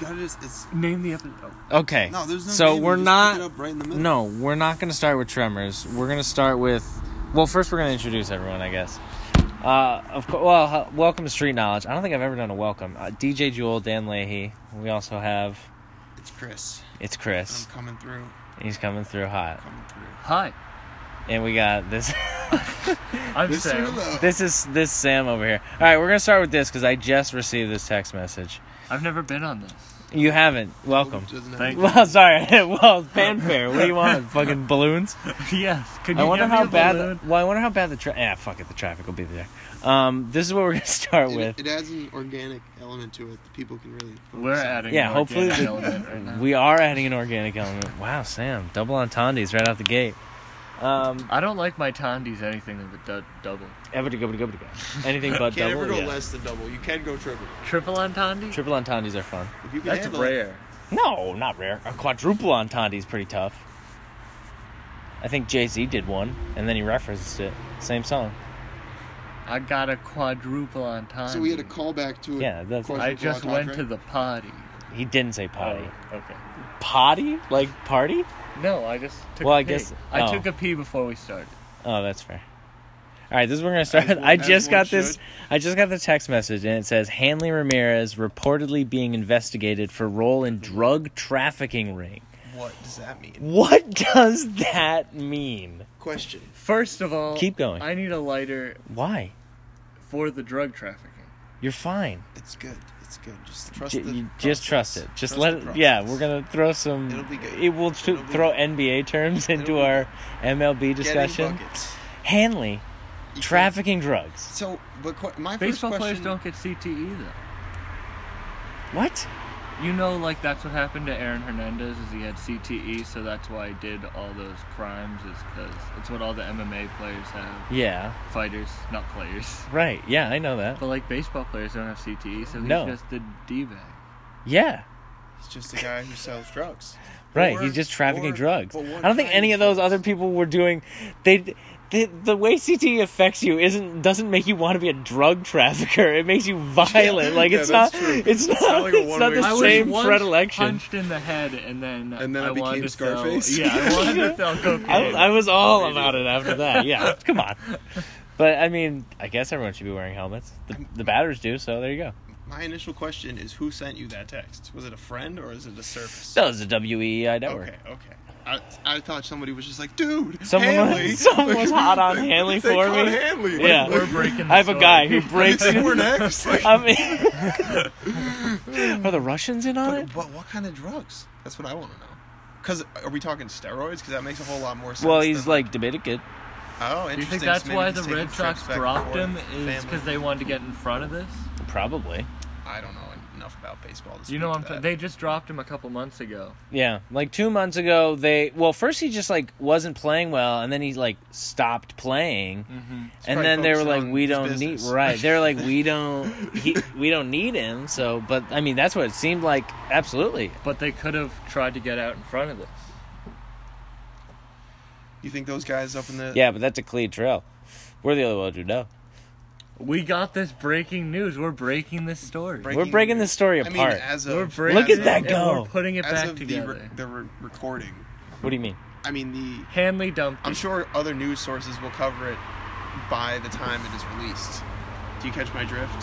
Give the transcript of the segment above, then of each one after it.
That is, it's Name the episode. Okay. no. There's no. so name, you we're just not. Pick it up right in the middle. No, we're not going to start with Tremors. We're going to start with. Well, first we're going to introduce everyone, I guess. Uh, of course. Well, uh, welcome to Street Knowledge. I don't think I've ever done a welcome. Uh, DJ Jewel, Dan Leahy. We also have. it's Chris. It's Chris. I'm coming through. He's coming through hot, Coming through. Hi, and we got this. I'm This is Sam. Rulo. this is this Sam over here. All right, we're gonna start with this because I just received this text message. I've never been on this. You haven't. Welcome. Doesn't Thank have- Well, sorry. well, fanfare. What do you want? Fucking balloons. yes. Could I you wonder get me how a bad. balloon? well, I wonder how bad the tra- ah fuck it, the traffic will be there. Um, this is what we're gonna start with. It, it adds an organic element to it that people can really. focus We're on. adding. Yeah, an hopefully organic the- element right now. we are adding an organic element. Wow, Sam, double entendres right out the gate. Um, I don't like my tondies anything of a du- double. everybody go, everybody go. Anything but Can't double. ever go yeah. less than double. You can go triple. Triple entendre? Triple entendres are fun. If you can That's handle it. rare. No, not rare. A quadruple entendre is pretty tough. I think Jay Z did one, and then he referenced it. Same song. I got a quadruple entendre. So we had a callback to it. Yeah, that's- I just went to the potty. He didn't say potty. Oh, okay. Potty? Like party? No, I just took Well, a I pee. guess- I oh. took a pee before we started. Oh, that's fair. All right, this is where we're gonna start. As one- I as just one got this. should. I just got the text message, and it says Hanley Ramirez reportedly being investigated for role in drug trafficking ring. What does that mean? What does that mean? Question. First of all, Keep going. I need a lighter Why? for the drug trafficking. You're fine. It's good. It's good. Just trust J- the. you just trust it. process. Just Trust let the it. Yeah, process. we're gonna throw some. It'll be good. It will tr- It'll be throw good. NBA terms into be our MLB Getting discussion. buckets. Hanley You trafficking drugs. can- So, but qu- my Baseball first players question. don't get CTE though. What? You know, like that's what happened to Aaron Hernandez is he had CTE, so that's why he did all those crimes. Is because it's what all the MMA players have. Yeah. Fighters, not players. Right. Yeah, I know that. But like baseball players don't have CTE, so he's No. just a d bag. Yeah. He's just a guy who sells drugs. Right, Or- he's just trafficking or- drugs. but what I don't think kind any of those drugs? other people were doing. They, the the way CTE affects you isn't doesn't make you want to be a drug trafficker. It makes you violent. like yeah, it's, not, that's true. it's not. It's not. like a one-way the I was same once predilection. punched in the head, and then And then I became wanted to sell- Scarface. yeah, I wanted to sell cocaine. I, I was all about it after that. Yeah, come on. But I mean, I guess everyone should be wearing helmets. The, the batters do, so there you go. My initial question is who sent you that text? Was it a friend or is it a service? That was the WEI network. Okay, okay. I, I thought somebody was just like, dude, Someone was- Hanley. someone was hot on Hanley They for caught me. Hanley. Yeah. We're breaking. The I have a story. guy who You breaks. think we're next? Like, I mean, are the Russians in on it? but, but what kind of drugs? That's what I want to know. Because are we talking steroids? Because that makes a whole lot more sense. Well, he's than- like Dominican. oh, interesting. Do you think So that's maybe why he's the taking Red trips Sox back and dropped forth him? with Is family. because they wanted to get in front of this? Probably. I don't know enough about baseball. To You know, speak I'm, to that. they just dropped him a couple months ago. Yeah, like two months ago, they well first he just like wasn't playing well, and then he like stopped playing, and Mm-hmm. probably then they were focusing like, on "We his don't business. need right." They're like, "We don't he, we don't need him." So, but I mean, that's what it seemed like. Absolutely, But they could have tried to get out in front of this. You think those guys up in the yeah. But that's a clean trail. We're the only ones who know. We got this breaking news. We're breaking this story. We're breaking this story I mean, apart. as We're of breaking Look at it, that and go. We're putting it as back of together. the, re- the re- recording. What do you mean? I mean the. Hanley dumped. I'm it. sure other news sources will cover it by the time it is released. Do you catch my drift?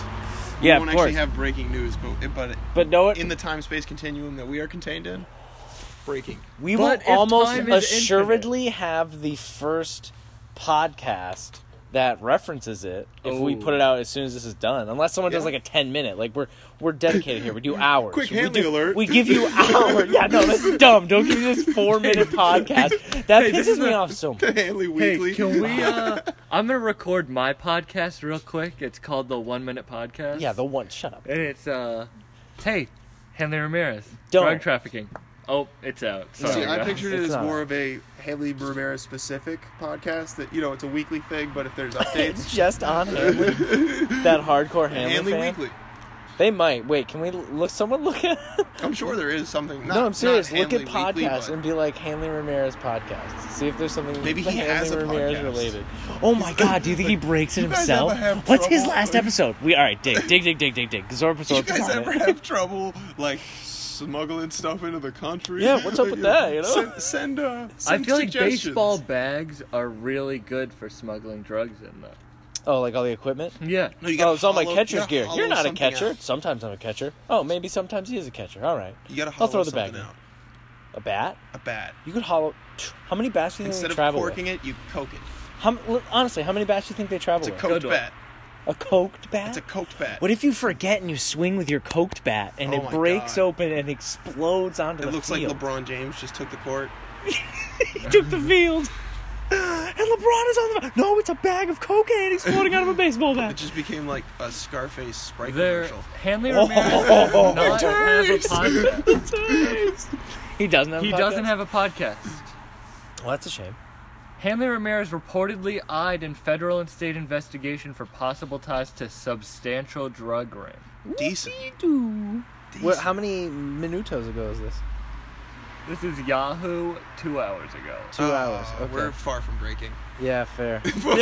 we Yeah, of won't course. actually have breaking news, but but but no, it, in the time space continuum that we are contained in, breaking. we will But if almost time is assuredly have the first podcast that references it if we Oh. put it out as soon as this is done. Unless someone does Yeah. like a ten minute, like we're we're dedicated here. We do hours. Quick we Hanley do- alert. We give you hours. Yeah, no, that's dumb. Don't give me this four minute podcast. That Hey, this pisses is me a- off so much. The Haley Weekly. Hey, can we? Uh, I'm gonna record my podcast real quick. It's called the One Minute Podcast. Yeah, the one. Shut up. and it's uh, hey, Hanley Ramirez, Don't. drug trafficking. Oh, it's out. Sorry, See, I guys. pictured it It's as not. more of a Haley Rivera specific podcast that you know it's a weekly thing, but if there's updates, It's just on Hanley. that hardcore Hanley, Hanley fan. Weekly. They might. Wait, can we l- look? Someone look at. I'm sure there is something. Not, no, I'm serious. Not Look at Hanley Weekly, podcasts but- and be like Hanley Ramirez podcast. See if there's something Maybe he Hanley has a Ramirez podcast. related. Oh my god, do you think he breaks it You guys himself? ever have What's his trouble? last episode? We all right, dig, dig, dig, dig, dig, dig. Zorba, Do you guys ever have trouble like smuggling stuff into the country. Yeah, what's up with that, you know? Send, send, uh, I send feel like suggestions. baseball bags are really good for smuggling drugs in though. Oh, like all the equipment? Yeah. No, you oh, gotta it's on my hollow- catcher's you gotta gear. hollow You're not a something out. catcher. Sometimes I'm a catcher. Oh, maybe sometimes he is a catcher. All right. You gotta I'll hollow throw the bag something in. out. A bat? A bat. You could hollow. How many bats do you think Instead they of travel corking with? it, you coke it. How, m- honestly, how many bats do you think they travel It's a with? coked Good one. bat. a coked bat? It's a coked bat. What if you forget and you swing with your coked bat and Oh it my breaks God. open and explodes onto it the looks field? like LeBron James just took the court. he took the field. And LeBron is on the no. It's a bag of cocaine exploding out of a baseball It bat. just became like a Scarface Sprite There, commercial. Hanley Oh, Ramirez oh, oh, does not have a Returns. podcast. he doesn't have. a He podcast? doesn't have a podcast. Well, that's a shame. Hanley Ramirez reportedly eyed in federal and state investigation for possible ties to substantial drug ring. Decent. do. What- how many minutos ago is this? This is Yahoo two hours ago. Two Uh, hours. Okay. We're far from breaking. Yeah, fair. What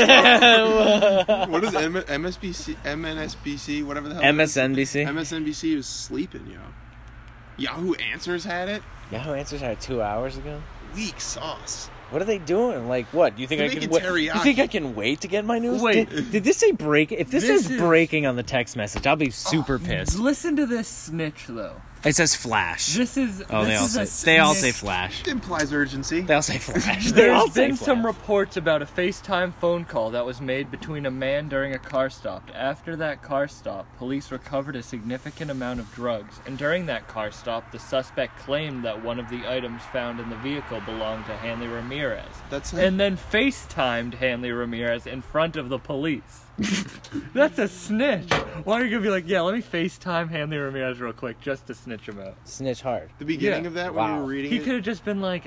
is M- MSBC, MNSBC, whatever the hell? it is? MSNBC. MSNBC was sleeping, yo. Yahoo Answers had it. Yahoo Answers had two hours ago. Weak sauce. What are they doing? Like, what? You think They're I can? making Wait, you teriyaki. think I can wait to get my news? Wait. Did, did this say break? If this, This is, is- Oh, breaking on the text message, I'll be super pissed. Listen to this snitch though. It says flash. This is this Oh, they all is a say they all say snitch. flash. It implies urgency. They all say flash. They all There's say been flash. some reports about a FaceTime phone call that was made between a man during a car stop. After that car stop, police recovered a significant amount of drugs, and during that car stop, the suspect claimed that one of the items found in the vehicle belonged to Hanley Ramirez. That's it. and then FaceTimed Hanley Ramirez in front of the police. That's a snitch. Why are you gonna be like, yeah, let me FaceTime Hanley Ramirez real quick just to snitch him out? snitch hard. the beginning Yeah. of that when Wow. we were reading He it. could have just been like,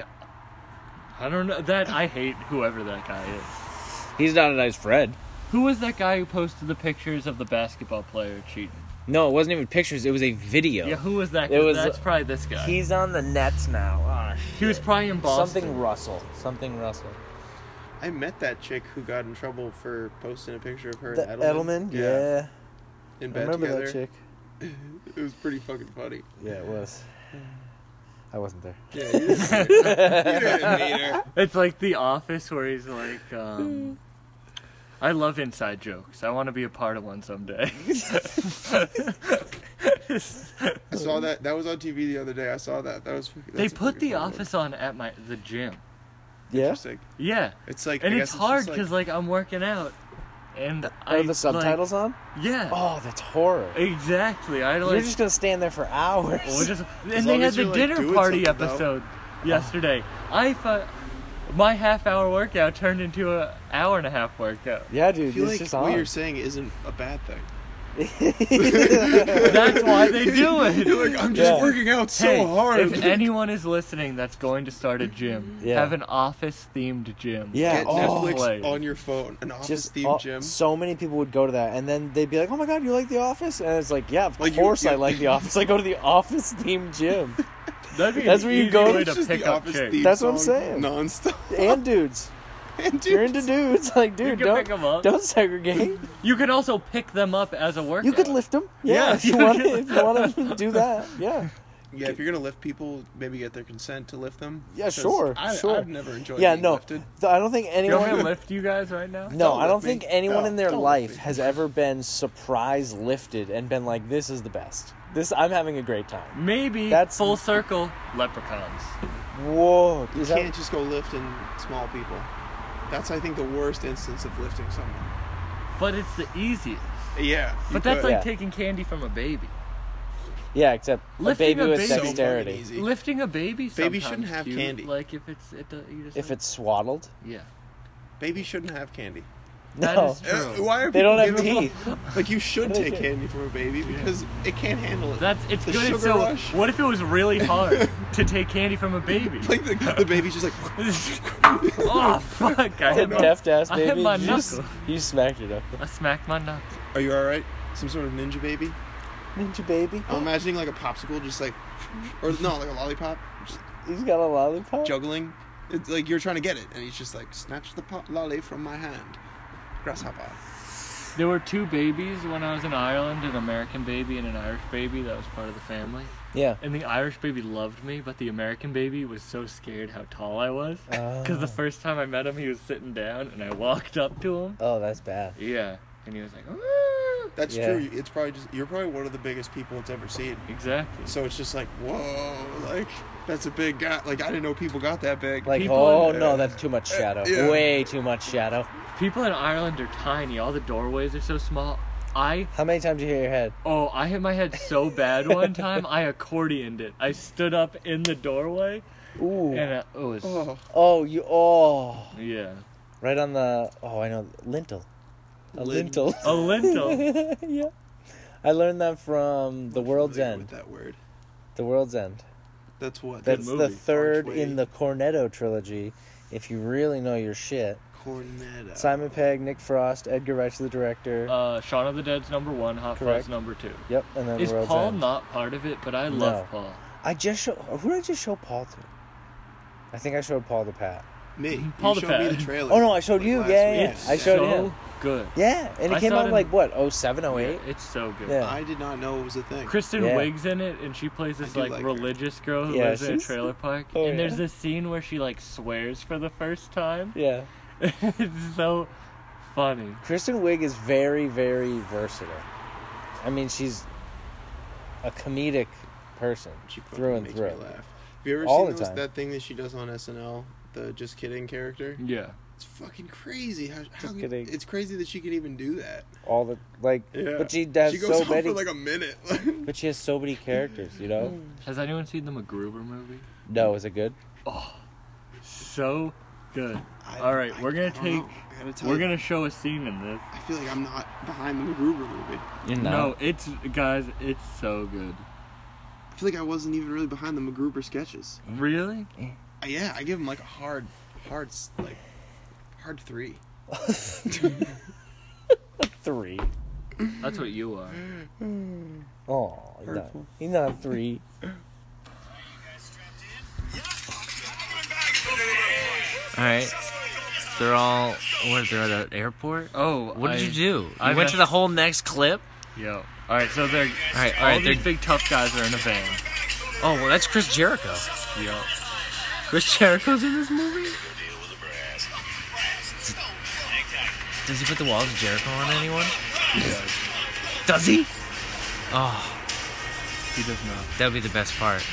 I don't know. That I hate whoever that guy is. He's not a nice Fred. Who was that guy who posted the pictures of the basketball player cheating? No, it wasn't even pictures. It was a video. Yeah, who was that? Oh. It guy? was- That's probably this guy. He, He's on the Nets now. Oh, was probably in Ah, Boston. Something Russell. Something Russell. I met that chick who got in trouble for posting a picture of her The and Edelman. Yeah, in I bed remember together. that chick. It was pretty fucking funny. Yeah, it was. I wasn't there. Yeah, you didn't see her. You didn't meet her. It's like The Office, where he's like, um, I love inside jokes. I want to be a part of one someday. I saw that. That was on TV the other day. I saw that. That was. fucking- they that's a put fucking The funny one. Office on at my the gym. Yeah. Interesting. Yeah, It's like and I it's guess hard just because like, I'm working out, and I Are the subtitles on? Like, yeah. Oh, that's horror. Exactly. I You're like. just gonna stand there for hours. Well, just- As and they long had as the you're, like, dinner doing party something, though. Oh. episode yesterday. I thought my half hour workout turned into an hour and a half workout. yeah, I dude, feel it's like just what on. you're saying isn't a bad thing. That's why they do it. Like I'm just Yeah. working out so Hey, hard. if anyone is listening that's going to start a gym, Yeah. have an office themed gym. Yeah. Get Oh, Netflix like- on your phone. An office just theme all- gym. so many people would go to that, and then they'd be like, "Oh my god, you like The Office?" And it's like, "Yeah, of Like, you- course I you- like The Office. I go to the Office themed gym That'd be an That's where you easy go- way It's to just pick the up office chicks. theme That's what I'm song saying. Nonstop. and dudes. And You're into dudes, like, dude, can don't pick 'em up. don't segregate. You could also pick them up as a workout. You could lift them, yeah, Yeah, if you you want. could- If you want to do that, yeah, Yeah, if you're gonna lift people, maybe get their consent to lift them. Yeah, 'Cause sure, I, sure. I've never enjoyed yeah. being No, lifted. th- I don't think You want me to anyone. lift you guys right now? No, Don't I don't lift me. think anyone No, in their don't lift life me. has ever been surprise lifted and been like, "This is the best. This I'm having a great time." Maybe That's- full circle leprechauns. Whoa, You is that- can't just go lifting small people. That's I think the worst instance of lifting someone. But it's the easiest. Yeah, you But that's could. like Yeah. taking candy from a baby. Yeah, except a Lifting baby a with baby- so fucking dexterity. easy. Lifting a baby. Baby sometimes, shouldn't have dude. candy. Like if it's it, do- you just if like- it's swaddled, yeah. Babies shouldn't have candy. no, That is true. Uh, why are they don't have people giving teeth. up- Like you should They take do. candy from a baby because it can't handle it. That's it's The good. sugar It's so. rush. What if it was really hard to take candy from a baby? like the, the baby's just like oh fuck! I The hit my, deft ass I hit baby. my you, just- knuckle. you smacked it up. I smacked my knuckles. Are you all right? Some sort of ninja baby? Ninja baby. I'm imagining like a popsicle, just like, or no, like a lollipop, just He's got a lollipop. juggling. It's like you're trying to get it, and he's just like, snatch the pop- lolly from my hand, grasshopper. There were two babies when I was in Ireland an American baby and an Irish baby that was part of the family. Yeah. And the Irish baby loved me, but the American baby was so scared how tall I was. Because the first time I met him, he was sitting down and I walked up to him. Oh, that's bad. Yeah. And he was like, "Ah." That's Yeah. true. It's probably just you're probably one of the biggest people it's ever seen. exactly. So it's just like whoa, like that's a big guy. Like I didn't know people got that big. Like, People oh in- no, that's too much shadow. Yeah. Way too much shadow. People in Ireland are tiny. All the doorways are so small. I How many times do you hit your head? oh I hit my head so bad one time I accordioned it. I stood up in the doorway Ooh. and I, it was oh, Oh, you. Oh. yeah Right on the. Oh, I know. Lintel. A Lin- lintel. a lintel. yeah. I learned that from The World's familiar End. With that word. The World's End. That's what. That's movie. the third Archway. in the Cornetto trilogy. If you really know your shit, Cornetto. Simon Pegg, Nick Frost, Edgar Wright's the director. Uh, Shaun of the Dead's number one. Hot Correct. Fuzz number two. yep, and then Is World's Paul End. not part of it? But I love Paul. I just show. Who did I just show Paul to? I think I showed Paul to Pat. Me. Paul you the showed me Fat. the trailer. Mm-hmm. Oh, no, I showed you. last Yeah, week. yeah, It's I showed so him. good. Yeah, and it I came saw it out in- like what? Oh seven, oh eight. It's so good. Yeah. I did not know it was a thing. Kristen Yeah. Wiig's in it, and she plays this do like, like her. religious girl who Yeah, lives in a she's- trailer park. Oh, and there's yeah. this scene where she like swears for the first time. Yeah. it's so funny. Kristen Wiig is very, very versatile. I mean, she's a comedic person She fucking through and makes through. Me laugh. Have you ever All seen the those, time. that thing that she does on SNL? The just kidding character. Yeah. It's fucking crazy. How, how Just kidding. It's crazy that she can even do that. All the like, Yeah. but she does She goes so on many. for like a minute. but she has so many characters, you know. Has anyone seen the MacGruber movie? No, is it good? So good. I- All right, I- we're gonna I don't know. take- I gotta tell We're you, gonna show a scene in this. I feel like I'm not behind the MacGruber movie. You No, it's guys, it's so good. I feel like I wasn't even really behind the MacGruber sketches. Really? Uh, yeah, I give him like a hard, hard, s- like, hard three. three. That's what you are. Oh, no. Hurtful. he's not three. All right, they're all. What? They're at an airport. Oh, What did I- you do? You I went to messed- the whole next clip. Yo. All right, so they're all right, all all right, these they're- big tough guys are in a van. Oh well, that's Chris Jericho. Yo. Chris Jericho's in this movie. Does he put the walls of Jericho on anyone? He does. Does he? Oh, He does not. that would be the best part.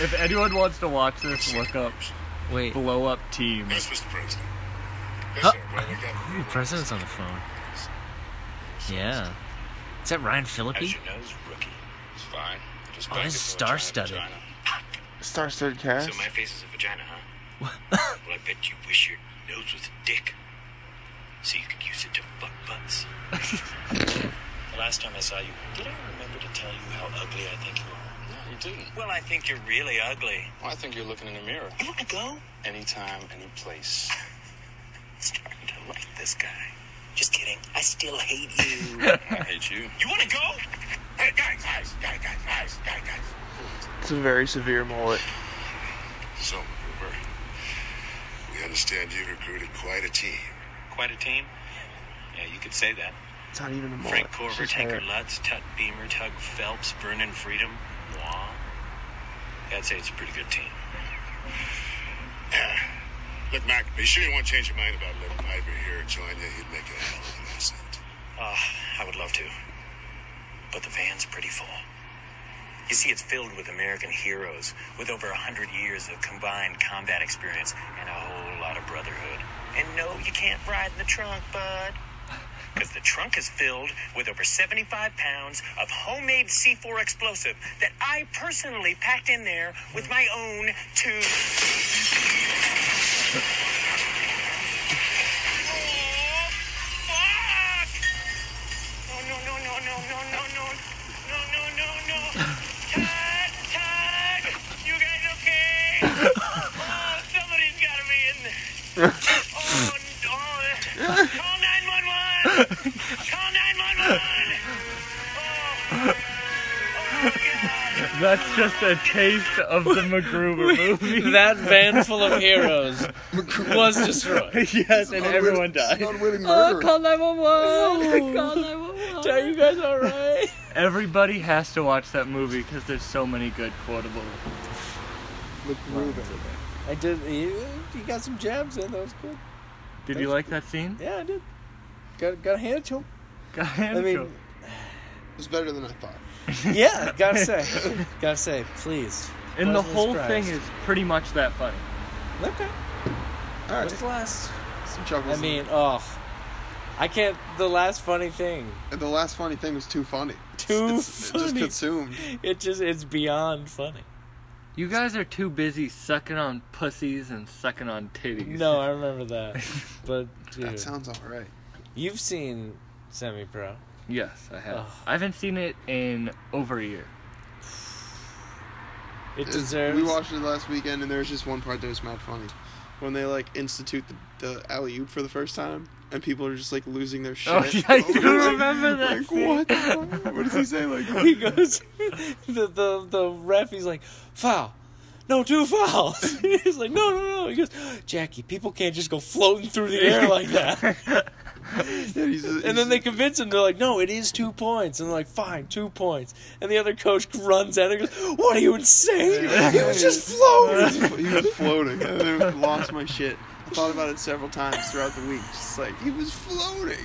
If anyone wants to watch this, look up Wait, who Blow Up Team. Yes, Mr. President. Yes, Huh? sir. Well, we got- the president's on the phone? Yeah, is that Ryan How's Phillippe? your nose, rookie? It's fine. Just Oh, back this is and forth, vagina, star-studded. vagina. Star-studded So cast. my face is a vagina, huh? well, I bet you wish your nose was a dick. So you could use it to fuck butts. the last time I saw you, did I remember to tell you how ugly I think you are? No, you didn't. Well, I think you're really ugly. Well, I think you're looking in the mirror. You want to go? Anytime, any place. Starting to like this guy. Just kidding. I still hate you. I hate you. you want to go? Hey, guys, guys, guys, guys, guys, guys, guys. It's a very severe mullet. So, Gruber, we understand you recruited quite a team. Quite a team. Yeah, you could say that. It's not even a mullet. Frank It's Corver, just Tanker hair. Lutz, Tut Beamer, Tug Phelps, Vernon Freedom. Wah. Yeah, I'd say it's a pretty good team. Look, Mac, be sure you won't change your mind about letting Piper here join you. He'd make a hell of an asset. Ah, I would love to. But the van's pretty full. You see, it's filled with American heroes with over a hundred years of combined combat experience and a whole lot of brotherhood. And no, you can't ride in the trunk, bud. Because the trunk is filled with over 75 pounds of homemade C4 explosive that I personally packed in there with my own two. Oh, fuck! No, no, no, no, no, no, no, no, no, no, no, no. Todd, Todd, you guys okay? Oh, somebody's got to be in there. Oh, n- oh, call 911. Call 911. Oh, oh, God. That's just a taste of the MacGruber movie. That van full of heroes was destroyed. yes, and everyone dies. Unwitting Oh, murder. 911! Are you guys alright? Everybody has to watch that movie because there's so many good quotable. McRuben. I did. You, you got some jabs in. That was good. Did you like that scene? Yeah, I did. Got got a hand to him. Go ahead, I go. mean, It's better than I thought. yeah. Gotta say, gotta say, please. and the Pleasantly whole thing surprised. is pretty much that funny. okay. All right, What's last? some chuckles. I mean, oh, I can't. The last funny thing. And the last funny thing was too funny. It's- Too it's, It just funny. consumed. It just it's beyond funny. You guys are too busy sucking on pussies and sucking on titties. No, I remember that. But That dude, sounds all right. you've seen Semi Pro. Yes, I have. Ugh. I haven't seen it in over a year. It It's- deserves. We watched it last weekend, and there was just one part that was mad funny. When they like institute the, the alley oop for the first time, and people are just like losing their shit. Oh, yeah, I do Like, remember that Like scene. what? the fuck? What does he say? Like he goes the, the the ref he's like foul no two fouls he's like no no no he goes jackie people can't just go floating through the air like that he's- and then they convince him they're like no it is two points and they're like fine two points and the other coach runs at him and goes what are you insane he was just floating he was floating. And then I lost my shit. I thought about it several times throughout the week. Just like he was floating.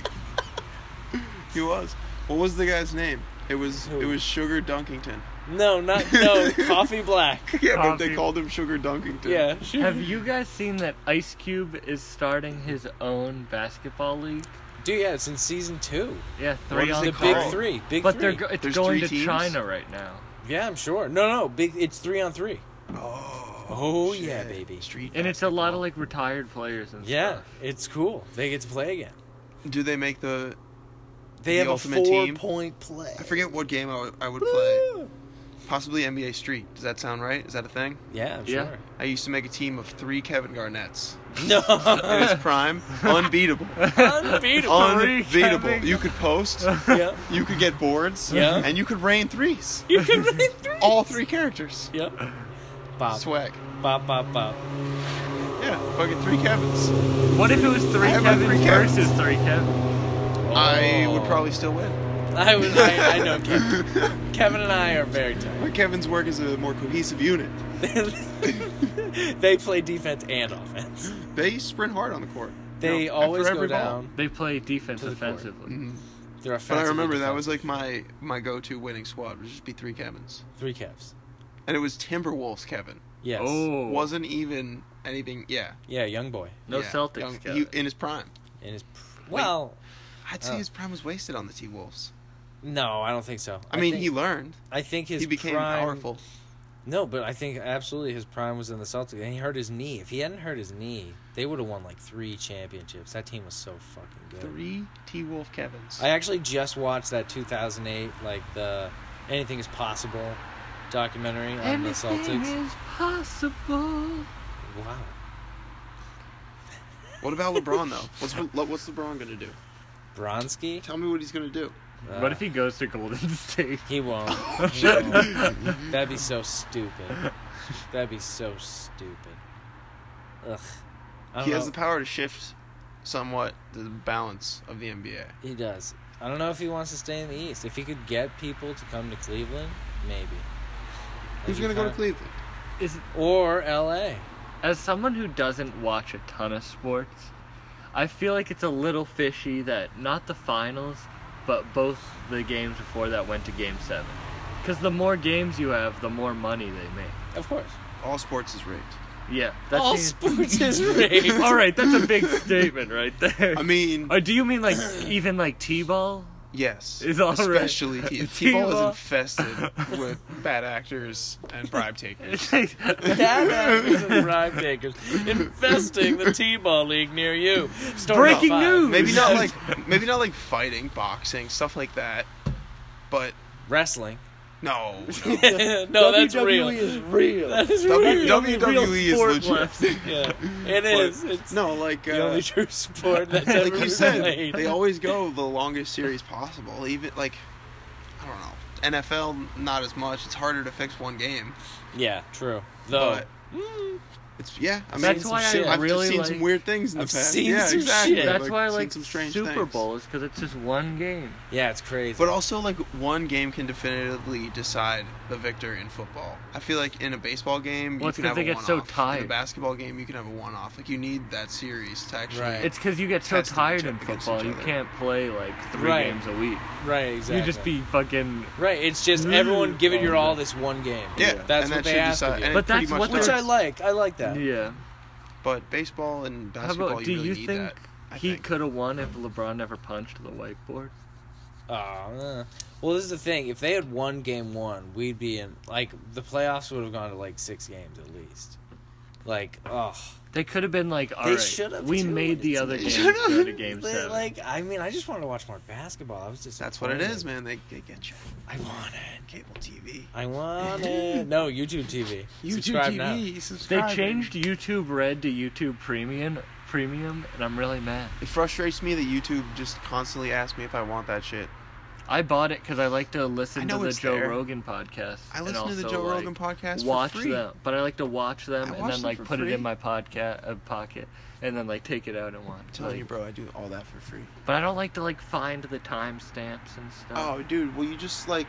he was. What was the guy's name? It was it was Sugar Dunkington. no not no coffee black Yeah, but they Coffee. called him Sugar Dunkington. yeah sure. Have you guys seen that Ice Cube is starting his own basketball league? dude yeah it's in season two Yeah, What three is on it the the called? big Carl. three big But three they're go- it's There's going three to teams? China right now, yeah i'm sure no no big it's three on three Oh. Oh, yeah, baby. Street. and it's a lot of like retired players and Yeah, stuff. it's cool. They get to play again. Do they make the? They The have a ultimate four team? point play. I forget what game I would, I would play. Possibly NBA Street. Does that sound right? Is that a thing? Yeah, I'm Yeah. sure. I used to make a team of three Kevin Garnetts No, in his prime, unbeatable, unbeatable. Three unbeatable. Kevin- You could post. yeah, You could get boards, Yeah. and you could rain threes. you can win three. All three characters. Yep. Bop, Swag. bop, bop, bop. Yeah, fucking three Kevins. What if it was I three have my Kevin three Kevins. versus three Kevin? I Oh. would probably still win. I would. I, I know Kevin. Kevin and I are very tight. But Kevin's work is a more cohesive unit. they play defense and offense. They sprint hard on the court. They No, after always go every ball. down. They play defense To the court. offensively. They're But offensive. I remember that was like my my go-to winning squad would just be three Kevins, three caps. and it was Timberwolves Kevin. Yes. Oh, Wasn't even anything. Yeah. Yeah, young boy no yeah, Celtics. young- Kevin. he- in his prime, in his. Well, I'd say Oh. his prime was wasted on the T Wolves. no, I don't think so. I mean, think, he learned. I think his He became prime- powerful. No, but I think absolutely his prime was in the Celtics, and he hurt his knee. If he hadn't hurt his knee, they would have won like three championships. That team was so fucking good. Three T Wolf Kevins. I actually just watched that 2008, like the Anything Is Possible documentary on the Anything Celtics. is possible. Wow. What about LeBron though? What's what's LeBron gonna do? Bronski? Tell me what he's gonna do. Uh, what if he goes to Golden State? He won't. He won't. That'd be so stupid. That'd be so stupid. Ugh. I don't He know. has the power to shift somewhat the balance of the NBA. He does. I don't know if he wants to stay in the East. If he could get people to come to Cleveland, maybe. Who's gonna go to Cleveland? Is Or LA. as someone who doesn't watch a ton of sports, I feel like it's a little fishy that not the finals, but both the games before that went to game seven. Because the more games you have, the more money they make. Of course. All sports is rigged. Yeah, that All seems- sports is rigged. All right, that's a big statement right there. I mean, or do you mean like even like t-ball? yes, It's all rigged. especially T- T-ball is T-ball. infested with bad actors and bribe takers. That happens in Rhyme Takers. Investing the T-Ball League near you. Story Breaking five. news. Maybe not like maybe not like fighting, boxing, stuff like that. But Wrestling. no, no. no, that's real. E is real. That is W- E. real. WWE is sport legit. left. yeah, it is. It's No, like the uh, only true sport that's ever like you been said, played. they always go the longest series possible. Even like, I don't know, NFL, not as much. It's harder to fix one game. Yeah, true. Though But it's yeah. I mean, That's why I have really seen like- some weird things in the I've past. seen yeah, some exactly. shit. That's why I seen like some strange Super things. Bowl is because it's just one game. yeah, it's crazy. But also, like one game can definitively decide the victor in football. I feel like in a baseball game, Well, you it's can 'cause have they a get one-off. so In tired. a basketball game, you can have a one-off. Like you need that series to actually. Right. It's because you get so Testing tired each- in against football, each you other. can't play like three Right. games a week. right, exactly. You just be fucking. right. It's just everyone give it your Oh, all this one game. Yeah, that's and what that they should asked decide. of you. and it But pretty that's much what they're- does. Which I like. I like that. Yeah. But baseball and How basketball, about? Do you you, really need think that. I he think. could have won if LeBron never punched the whiteboard? Aw, uh. well, this is the thing. If they had won game one, we'd be in. Like the playoffs would have gone to like six games at least. Like, oh, They could have been like, all They right, should've, we too. made the It's- other They games should've. go to game But, seven. like I mean, I just wanted to watch more basketball. I was just That's what it is, man. They, they get you. I want it. Cable TV. I want it. No, YouTube TV. YouTube Subscribe now. TV. they Subscribe. changed YouTube Red to YouTube Premium, Premium, and I'm really mad. It frustrates me that YouTube just constantly asks me if I want that shit. I bought it because I like to listen I know to the it's Joe there. Rogan podcast. I and listen to the also, Joe like, Rogan podcast for Watch free. them, but I like to watch them I and watch then them like for put it free. in my podcast uh, pocket and then like take it out and watch. I'm telling like- you, bro, I do all that for free. But I don't like to like find the timestamps and stuff. Oh, dude, well, you just like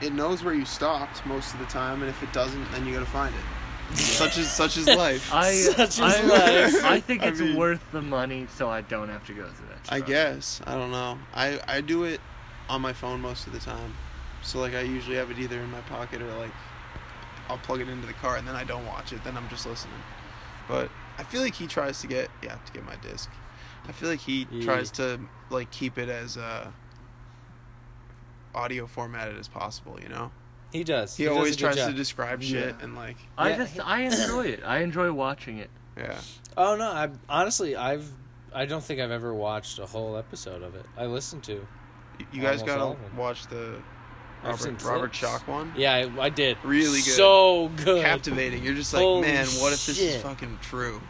it knows where you stopped most of the time, and if it doesn't, then you gotta find it. such is such is life. I Such is I, life. I think I it's mean- worth the money, so I don't have to go through that. I struggle. guess I don't know. I I do it on my phone most of the time, so like I usually have it either in my pocket or like I'll plug it into the car, and then I don't watch it. Then I'm just listening. But I feel like he tries to get yeah to get my disc. I feel like he Yeah. tries to like keep it as uh audio formatted as possible. You know, He does. he, does a always good tries to job. describe shit and like I Yeah. just I enjoy it. I enjoy watching it. yeah. Oh no! I honestly, I've I don't think I've ever watched a whole episode of it. I listened to. You- You guys Almost all gotta of 'em. watch the I've seen Robert Robert clips. Shock one. Yeah, I, I did. Really good. So good. Captivating. You're just like, Holy man, what if this shit." is fucking true?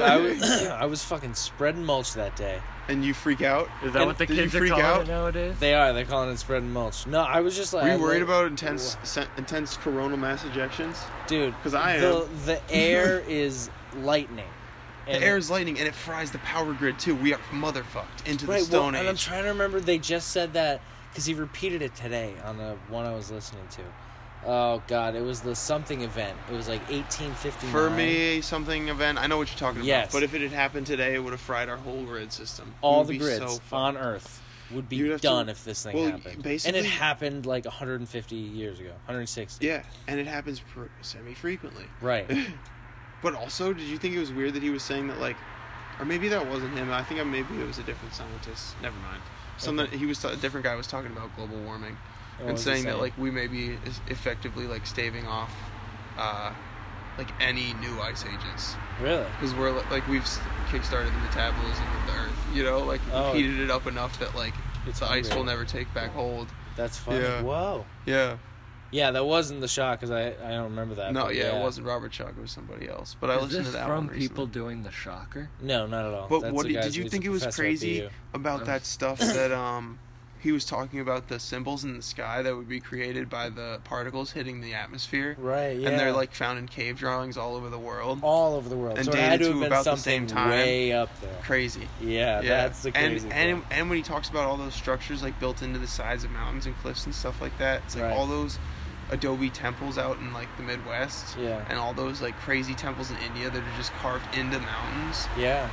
I was I was fucking spreading mulch that day. and you freak out. Is that And what the did you kids are freak calling out? it nowadays? They are. They're calling it spreading mulch. No, I was just like. Were I you worried looked- about intense sen- intense coronal mass ejections? Dude, 'Cause I the, the air is lightning. The air is lightning and it fries the power grid too. We are motherfucked into right, the stone well, And I'm age. trying to remember. They just said that because he repeated it today on the one I was listening to. Oh God, it was the something event. It was like 1859. Fermi something event. I know what you're talking Yes. about. But if it had happened today, it would have fried our whole grid system. It all would the be grids so fucked. on Earth would be You'd have to- done if this thing well, happened. basically- and it happened like 150 years ago, 160. Yeah, and it happens pr- semi-frequently. Right. But also, did you think it was weird that he was saying that like, or maybe that wasn't him? I think I, maybe it was a different scientist. Never mind. Something he was a different guy was talking about global warming Oh, and was he saying that saying? like we may be is- effectively like staving off, uh, like any new ice ages really? because we're li- like we've s- kickstarted the metabolism of the Earth. You know, like we've Oh. heated it up enough that like It's the ice hungry. will never take back hold. That's funny. Yeah. Whoa. Yeah. Yeah, that wasn't the shot because I I don't remember that. No, but yeah, it wasn't Robert Chuck. It was somebody else. But I Is listened this to that from one people recently. doing the shocker? No, not at all. But That's what a do you- guy did you who's a think it was professor at crazy BU. about that stuff that um he was talking about the symbols in the sky that would be created by the particles hitting the atmosphere? Right. Yeah. Oh. And they're like found in cave drawings all over the world. all over the world. and so it had dated to to have been about the something same time. way up there. Crazy. Yeah, that's the crazy and, thing. and and when he talks about all those structures like built into the sides of mountains and cliffs and stuff like that, it's like Right. all those adobe temples out in like the Midwest. Yeah. And all those like crazy temples in India that are just carved into mountains. yeah,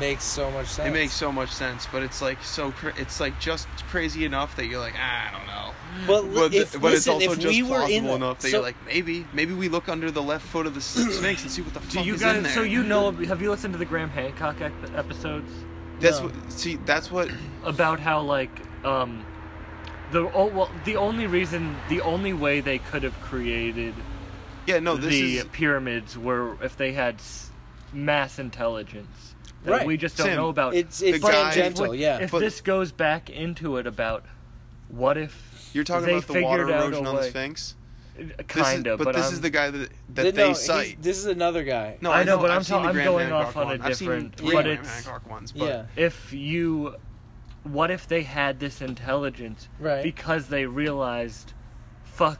makes so much sense. It makes so much sense, but it's like so cra- it's like just crazy enough that you're like ah, I don't know. But li- th- if- listen, if we were in the- enough that so- you're like maybe maybe we look under the left foot of the s- snakes and see what the fuck Do you is in guys? there. So you know? Have you listened to the Graham Hancock ep- episodes that's No. what see that's what about how like um, the oh well the only reason the only way they could have created yeah no Oh, this the is pyramids were if they had s- mass intelligence that Right. we just don't Sam, know about. It's it's The guy- tangential. What- yeah. If But- this goes back into it about what if you're talking they about the water figured out erosion a on the way- um, Sphinx. This is- Kind of, but, this I'm- is the guy that that Th- they no, he's- cite. This is another guy. No, I I know, know, but I've I'm seen ta- the I'm Graham going Hancock off on a one. I've seen different- three but Graham it's- Hancock ones, but yeah. if you what if they had this intelligence Right. because they realized fuck,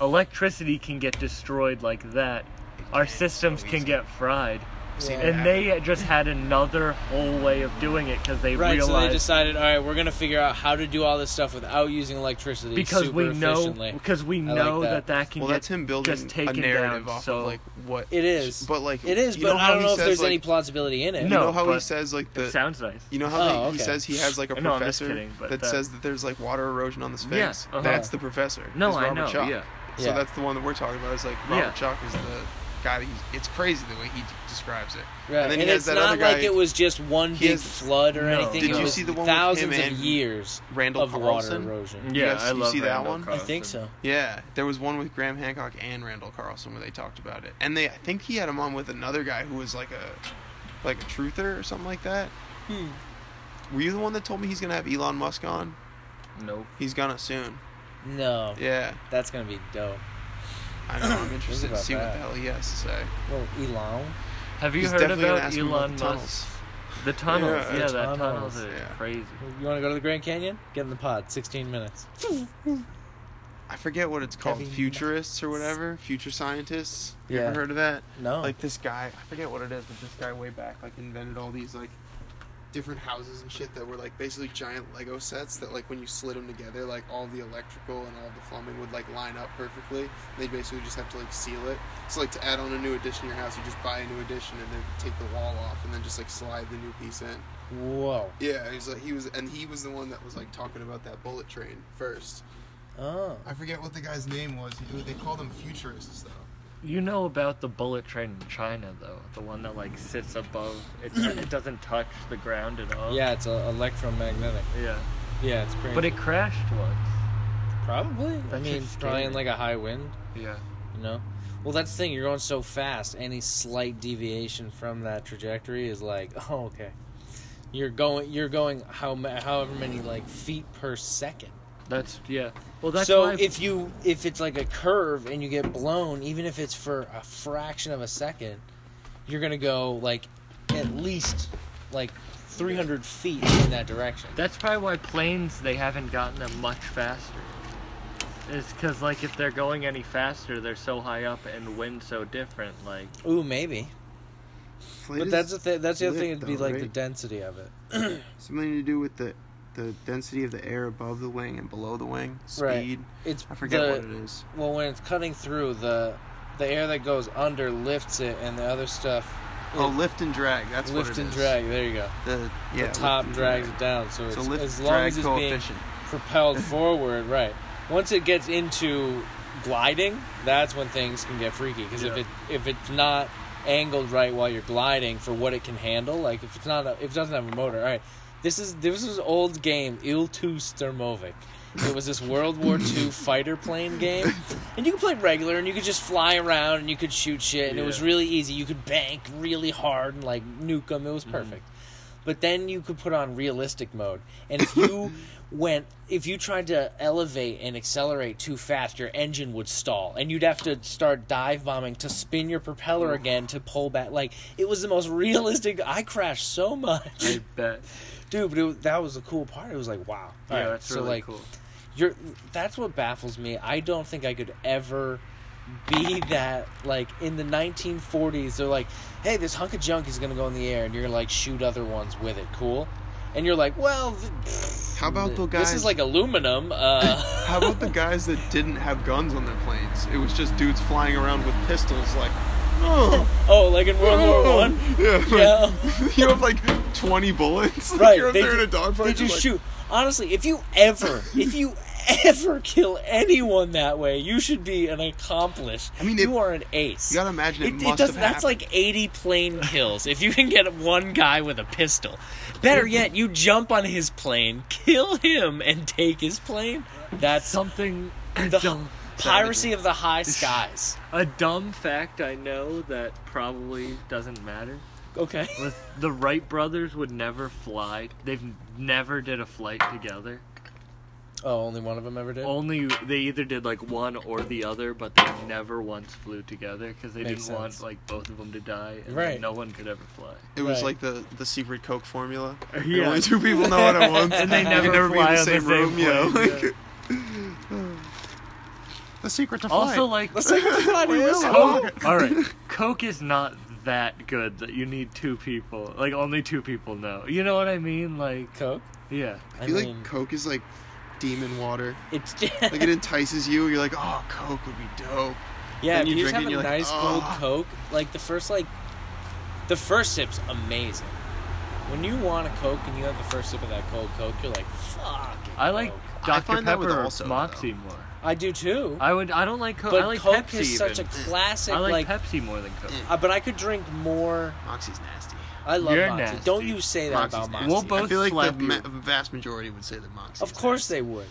electricity can get destroyed like that. Our systems so can easy. get fried. seen it And they just had another whole way of doing it because they Right, so they realized decided, all right, we're gonna figure out how to do all this stuff without using electricity because super we know efficiently. because we like know that. that. that can Well, get that's him building just a taken narrative down. off so of like what It is, But like it is, you but I how don't he know if says, there's like- any plausibility in it. You No, know how he but says like it the sounds nice. You know how Oh, they, okay. he says he has like a No, I'm just professor kidding, but that, that- says that there's like water erosion on the face. Yeah, uh-huh. That's the professor. No, is I Robert know, Chalk. yeah. So Yeah. that's the one that we're talking about. Is like Robert Yeah. Chalk is the guy. That he, it's crazy the way he d- describes it. Right. And And, then he has it's that not other like guy- it was just one He big has- flood or No. anything. Did It you was see the one with thousands him of and years Randall of Carlson? Mm. water erosion? yeah, guys- I you love see that Randall one? I Carlson. think so. Yeah, there was one with Graham Hancock and Randall Carlson where they talked about it, and they I think he had him on with another guy who was like a like a truther or something like that. Hmm. Were you the one that told me he's gonna have Elon Musk on? Nope. He's gonna soon. No, Yeah, that's gonna be dope. I know. I'm interested to about see what that. the hell he has to say. Well, Elon. Have you He's heard definitely gonna about ask me about Elon the Musk? tunnels. The tunnels, Yeah, yeah, the that tunnels, tunnels are yeah. crazy. You want to go to the Grand Canyon? Get in the pod. 16 minutes. I forget what it's called, Kevin- futurists or whatever, future scientists. You Yeah. ever heard of that? No. Like this guy, I forget what it is, but this guy way back like invented all these like different houses and shit that were like basically giant Lego sets that like when you slid them together, like all the electrical and all the plumbing would like line up perfectly. They basically just have to like seal it. So like to add on a new addition to your house, you just buy a new addition and then take the wall off and then just like slide the new piece in. Whoa. Yeah, he's like he was, and he was the one that was like talking about that bullet train first. Oh. I forget what the guy's name was. He- They called him futurists, though. You know about the bullet train in China though, the one that like sits above it, it doesn't touch the ground at all. Yeah, it's uh, electromagnetic. Yeah. Yeah, it's crazy. But it crashed once. probably. I That's mean, just probably in scary. like a high wind. Yeah. You know. Well, that's the thing. You're going so fast. Any slight deviation from that trajectory is like, oh, okay. You're going. You're going. How ma- however many like feet per second. That's yeah. Well that's so why if you if it's like a curve and you get blown, even if it's for a fraction of a second, you're gonna go like at least like 300 feet in that direction. that's probably why planes they haven't gotten them much faster. It's cause like if they're going any faster they're so high up and wind so different, like Ooh, maybe. But that's the th- that's the other thing. It'd be like the density of it. something to do with the the density of the air above the wing and below the wing. Speed. Right. It's I forget the- what it is. Well, when it's cutting through the the air that goes under lifts it, and the other stuff Oh, lift and drag. That's what it lift is. and drag. There you go. The yeah. the top lift and drags drag. it down, so it's So lift as and long drag as it's being coefficient. propelled forward, right? Once it gets into gliding, that's when things can get freaky. Because if Yeah. it if it's not angled right while you're gliding for what it can handle, like if it's not a, if it doesn't have a motor, all right. This is this is old game Il-2 Sturmovik. It was this World War II fighter plane game, and you could play regular, and you could just fly around, and you could shoot shit, and it was Yeah. really easy. You could bank really hard and like nuke them. It Mm-hmm. was perfect but then you could put on realistic mode and if you went if you tried to elevate and accelerate too fast your engine would stall and you'd have to start dive bombing to spin your propeller again to pull back like it was the most realistic i crashed so much I bet. dude but it, that was the cool part it was like wow Yeah, Alright, that's really cool. you're that's what baffles me. I don't think I could ever be that like in the 1940s they're like, "Hey, this hunk of junk is going to go in the air and you're gonna, like shoot other ones with it." Cool. And you're like, "Well, th- How about the guys? this is like aluminum." Uh How about the guys that didn't have guns on their planes? It was just dudes flying around with pistols, like, oh, oh, like in World War 1. Yeah. Yeah. you have like 20 bullets. Like, Right. You're up they there in ju- a dogfight. They just like, shoot. Honestly, if you ever, if you ever kill anyone that way, you should be an accomplished. I mean, you it- are an ace. you gotta imagine it It, must doesn't. have That's happened. like eighty plane kills. if you can get one guy with a pistol, better yet, you jump on his plane, kill him, and take his plane. That's Something the piracy of the high skies. A dumb fact I know that probably doesn't matter. Okay. Was the Wright brothers would never fly. They've never did a flight together. Oh, only one of them ever did. Only they either did like one or the other, but they never once flew together because they Makes didn't want sense. like both of them to die, and Right. no one could ever fly. It was Right. like the, the secret Coke formula. Uh, Yeah. Only two people know it at once. And they You never can never be in fly the on the same same room. yeah. plane, Like, The secret to flight. Also, like, the secret to flight is Coke, all right, Coke is not that good that you need two people. Like, only two people know. You know what I mean? Like, Coke. yeah. I feel like Coke is like demon water. it's Like it entices you. You're like, oh, Coke would be dope. yeah. then If you you, just drink have it and a you're like, nice cold "Ah." Coke, like the first like, the first sip's amazing. When you want a Coke and you have the first sip of that cold Coke, you're like, fuck. I like I Dr. find that with Pepper or also, Moxie more. I do too. I would. I don't like Coke. but I like Coke Pepsi is such even. a classic. I like, like, Pepsi more than Coke. uh, but I could drink more. Moxie's nasty. I love You're Moxie. nasty. Don't you say that Moxie's about Moxie. nasty. We'll both I feel like slap the ma- you. vast majority would say that Moxie. Of course they would.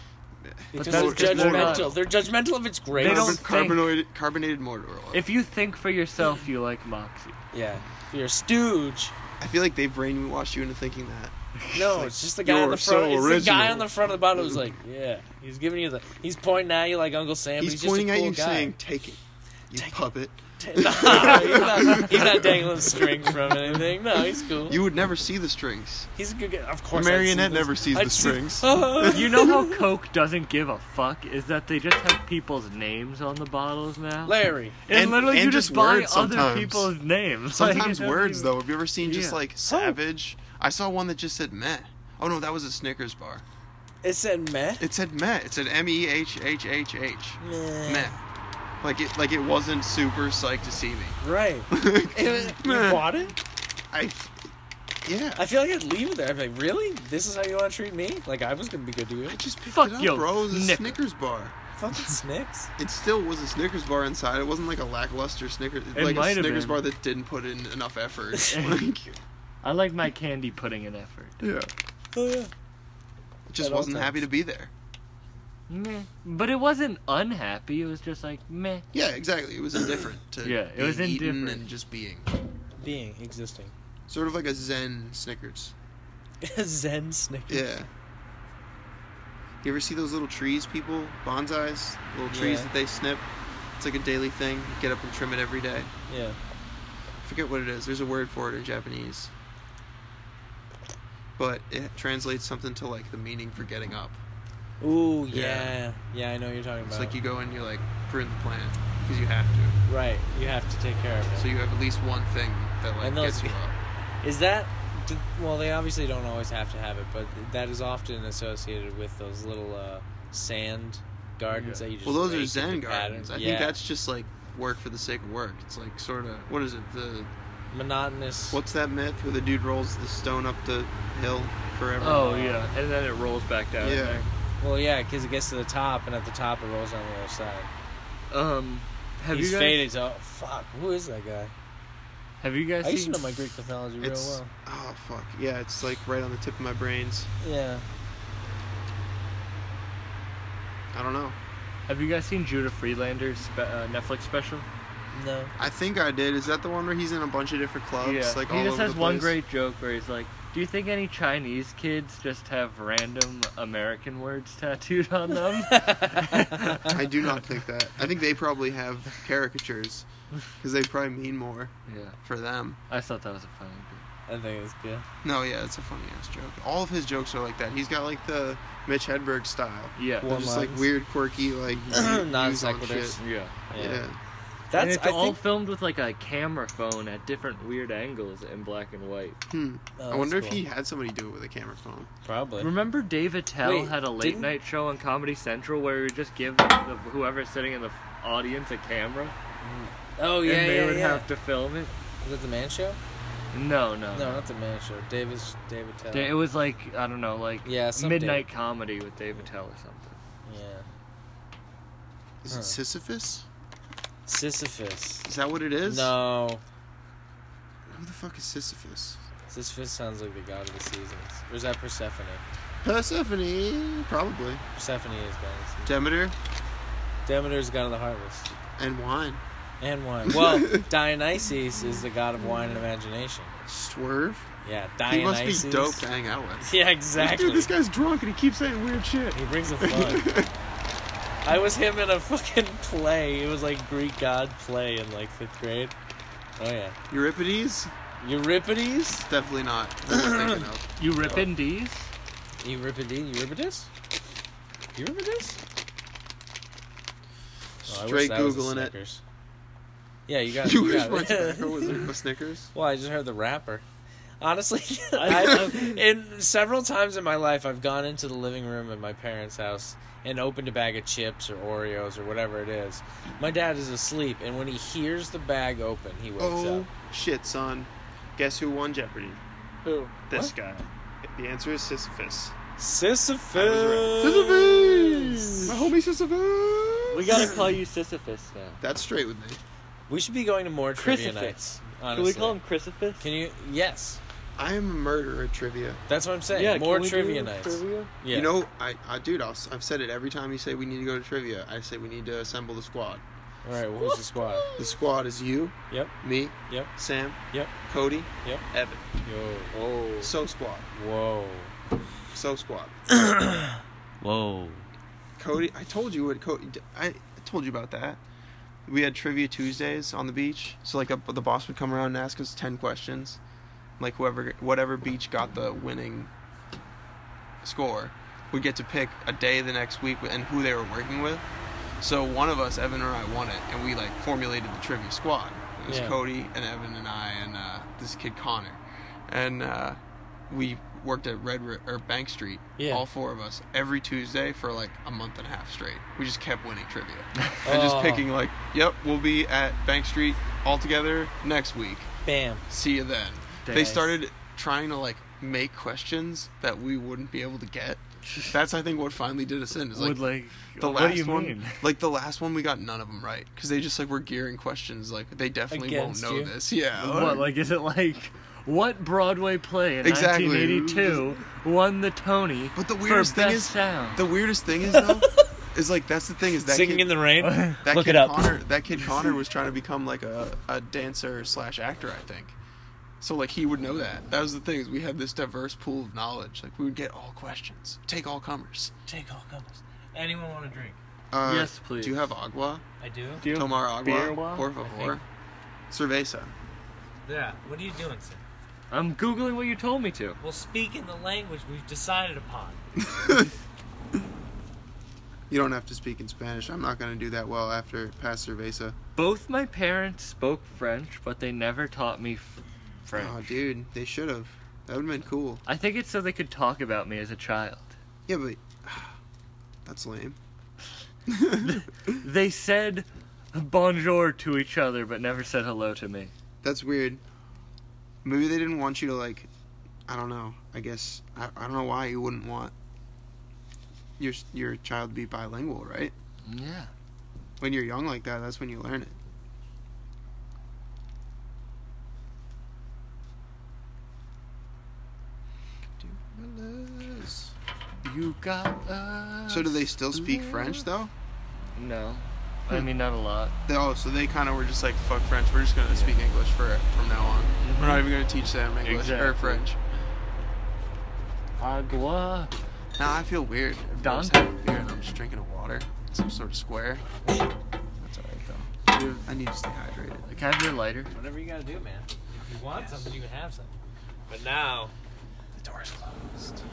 Because that's they're just more judgmental. like- They're judgmental if it's great. They don't think- carbonated carbonated motor oil. If you think for yourself, you like Moxie. Yeah. If you're a stooge. I feel like they brainwash you into thinking that. No, it's just the guy on "You're the front. so it's the guy original." on the front of the bottle who's like, yeah. He's giving you the. He's pointing at you like Uncle Sam. he's, but he's pointing just a at cool you, guy. saying, "Take it, you puppet." Nah, he's, not, he's not dangling strings from anything. No, he's cool. You would never see the strings. he's a good guy. Of course. The I'd see marionette this. never sees I'd the see- strings. You know how Coke doesn't give a fuck is that they just have people's names on the bottles now. Larry. and, And- literally, and you just just buy words other sometimes. people's names. Like, Sometimes it doesn't words even- though. Have you ever seen just Yeah. Oh. like savage? I saw one that just said meh. Oh no, that was a Snickers bar. It said meh. It said meh. It said M E H H H H. Meh. Meh. Like it like it wasn't super psyched to see me. Right. It was- Meh. you bought it? I yeah. I feel like I'd leave it there. I'd be like, really? This is how you want to treat me? Like, I was going to be good to you. I just picked Fuck it up, yo, bro. It was a Snickers. Snickers bar. Fucking Snicks. It still was a Snickers bar inside. It wasn't like a lackluster Snickers. It like might a have Snickers been. bar that didn't put in enough effort. like, I like my candy putting in effort. yeah. Oh, yeah. Just At all wasn't happy to be there. Meh. But it wasn't unhappy. It was just like meh. Yeah, exactly. It was indifferent to Yeah, it being was eaten indifferent. and just being. Being, existing. Sort of like a Zen Snickers. Zen Snickers. Yeah. You ever see those little trees people? Bonsais? Little trees Yeah. that they snip? It's like a daily thing. You get up and trim it every day. Yeah. I forget what it is. There's a word for it in Japanese. But it translates something to like the meaning for getting up. Ooh, Yeah. yeah. yeah. I know what you're talking about. It's like you go and you like prune the plant because you have to. Right. You have to take care of it. So you have at least one thing that like And those- gets you up. Is that. d- Well, they obviously don't always have to have it, but that is often associated with those little uh, sand gardens Yeah. that you just. Well, those rake are into Zen patterns. gardens. I Yeah. think that's just like work for the sake of work. It's like sort of what is it? The monotonous. what's that myth where the dude rolls the stone up the hill forever? Oh yeah, and then it rolls back down. Yeah. Well, yeah, because it gets to the top, and at the top it rolls on the other side. there. Um, have He's you guys faded. Oh fuck! Who is that guy? have you guys I used to seen know my Greek mythology real It's well. oh fuck yeah! It's like right on the tip of my brains. Yeah. I don't know. Have you guys seen Judah Freelander's spe- uh, Netflix special? No. I think I did. Is that the one where he's in a bunch of different clubs? Like he all just over has the one place? great joke where he's like, "Do you think any Chinese kids just have random American words tattooed on them?" I do not think that. I think they probably have caricatures because they probably mean more yeah, for them. I thought that was a funny. Bit. I think it's good. No, yeah, it's a funny ass joke. All of his jokes are like that. He's got like the Mitch Hedberg style. Yeah, They're One just like liners. weird, quirky, like views on Non shit. sequiturs. yeah. Yeah. That's, and That's it's I all think. filmed with like a camera phone at different weird angles in black and white. Hmm. Oh, I wonder that's if he cool. had somebody do it with a camera phone. probably. Remember Dave Attell Wait, had a late didn't- night show on Comedy Central where he would just give the, whoever's sitting in the audience a camera Oh yeah, and they yeah, would yeah. have to film it. Was it the Man Show? No, no. No, not the Man Show. Davis, David Tell. Da- It was like I don't know, like Yeah, some midnight comedy with Dave Attell or something. yeah. Is Huh. it Sisyphus? Sisyphus. Is that what it is? No, Who the fuck is Sisyphus? Sisyphus sounds like the god of the seasons. Or is that Persephone? Persephone, probably. Persephone is god of the seasons. Demeter Demeter's god of the harvest and wine. and wine. Well, Dionysus is the god of wine and imagination. Swerve. Yeah, He must Dionysus. be dope to hang out with. Yeah, exactly. Dude, this guy's drunk and he keeps saying weird shit. He brings the fun. I was him in a fucking play. It was like Greek god play in like fifth grade. Oh yeah, Euripides? Euripides. Definitely not. What am I thinking of? You ripping D's? Euripides. Euripides. Euripides. Oh, I wish Straight that was a googling it. Snickers. Yeah, you got. You you wish got my it. tobacco was a Snickers. Well, I just heard the rapper. Honestly, I- I, in several times in my life, I've gone into the living room at my parents' house and opened a bag of chips or Oreos or whatever it is. My dad is asleep, and when he hears the bag open, he wakes Oh up. shit, son! Guess who won Jeopardy? Who? This guy. The answer is Sisyphus. Sisyphus. My homie Sisyphus. We gotta call you Sisyphus now. That's straight with me. We should be going to more trivia Chrysiphus. nights. Can Honestly, we call him Chrysiphus? Can you? Yes, I am a murderer at trivia. that's what I'm saying. yeah, more can we do trivia nights. Trivia? Yeah. You know, I, I dude, I'll, I've said it every time you say we need to go to trivia. I say we need to assemble the squad. All right. Well, who's the squad? The squad is you, Yep. me, Yep. Sam, Yep. Cody, Yep. Evan. Yo. Whoa. So squad. Whoa. So squad. Whoa. Cody, I told you what Cody. I told you about that. We had trivia Tuesdays on the beach. So like, a, the boss would come around and ask us ten questions. Like whoever, whatever beach got the winning score, would get to pick a day the next week and who they were working with. So one of us, Evan or I, won it, and we like formulated the trivia squad. It was Yeah. Cody and Evan and I and uh, this kid Connor, and uh, we worked at Red Ri- or Bank Street. Yeah. All four of us every Tuesday for like a month and a half straight. We just kept winning trivia and just Oh. picking like, yep, we'll be at Bank Street all together next week. Bam. See you then. They Nice. started trying to like make questions that we wouldn't be able to get. That's I think what finally did us in. Is like, Would, like, the what last do you one, mean? like the last one, we got none of them right because they just like were gearing questions like they definitely Against won't know you? this. Yeah, What, like, is it like what Broadway play in Exactly. 1982 won the Tony But the weirdest for thing best is sound? the weirdest thing is though is like that's the thing is that Singing kid, in the rain. that Look kid it up. Connor that kid Connor was trying to become like a, a dancer slash actor I think. So like he would know that. That was the thing is we had this diverse pool of knowledge. Like we would get all questions, take all comers. Take all comers. Anyone want a drink? Uh, Yes, please. Do you have agua? I do. Do you- Tomar agua, beer wa? por favor. Cerveza. Yeah. What are you doing, sir? I'm googling what you told me to. Well, speak in the language we've decided upon. You don't have to speak in Spanish. I'm not gonna do that well after past cerveza. Both my parents spoke French, but they never taught me f- French. Oh, dude, they should have. That would have been cool. I think it's so they could talk about me as a child. Yeah, but that's lame. They said bonjour to each other, but never said hello to me. That's weird. Maybe they didn't want you to like. I don't know. I guess I, I don't know why you wouldn't want your your child to be bilingual, right? Yeah. When you're young like that, that's when you learn it. You got us. Hmm. So do they still speak French though? No. I mean, not a lot. They, oh, so they kind of were just like fuck French. We're just gonna speak English for from now on. We're not even gonna teach Sam English or Exactly. French. Agua. Now I feel weird. Don? I'm just having a beer and I'm just drinking a water, some sort of square. That's alright though. Dude, I need to stay hydrated. Like, have your lighter. Whatever you gotta do, man. If you want something, you can have something. But now, The door's closed.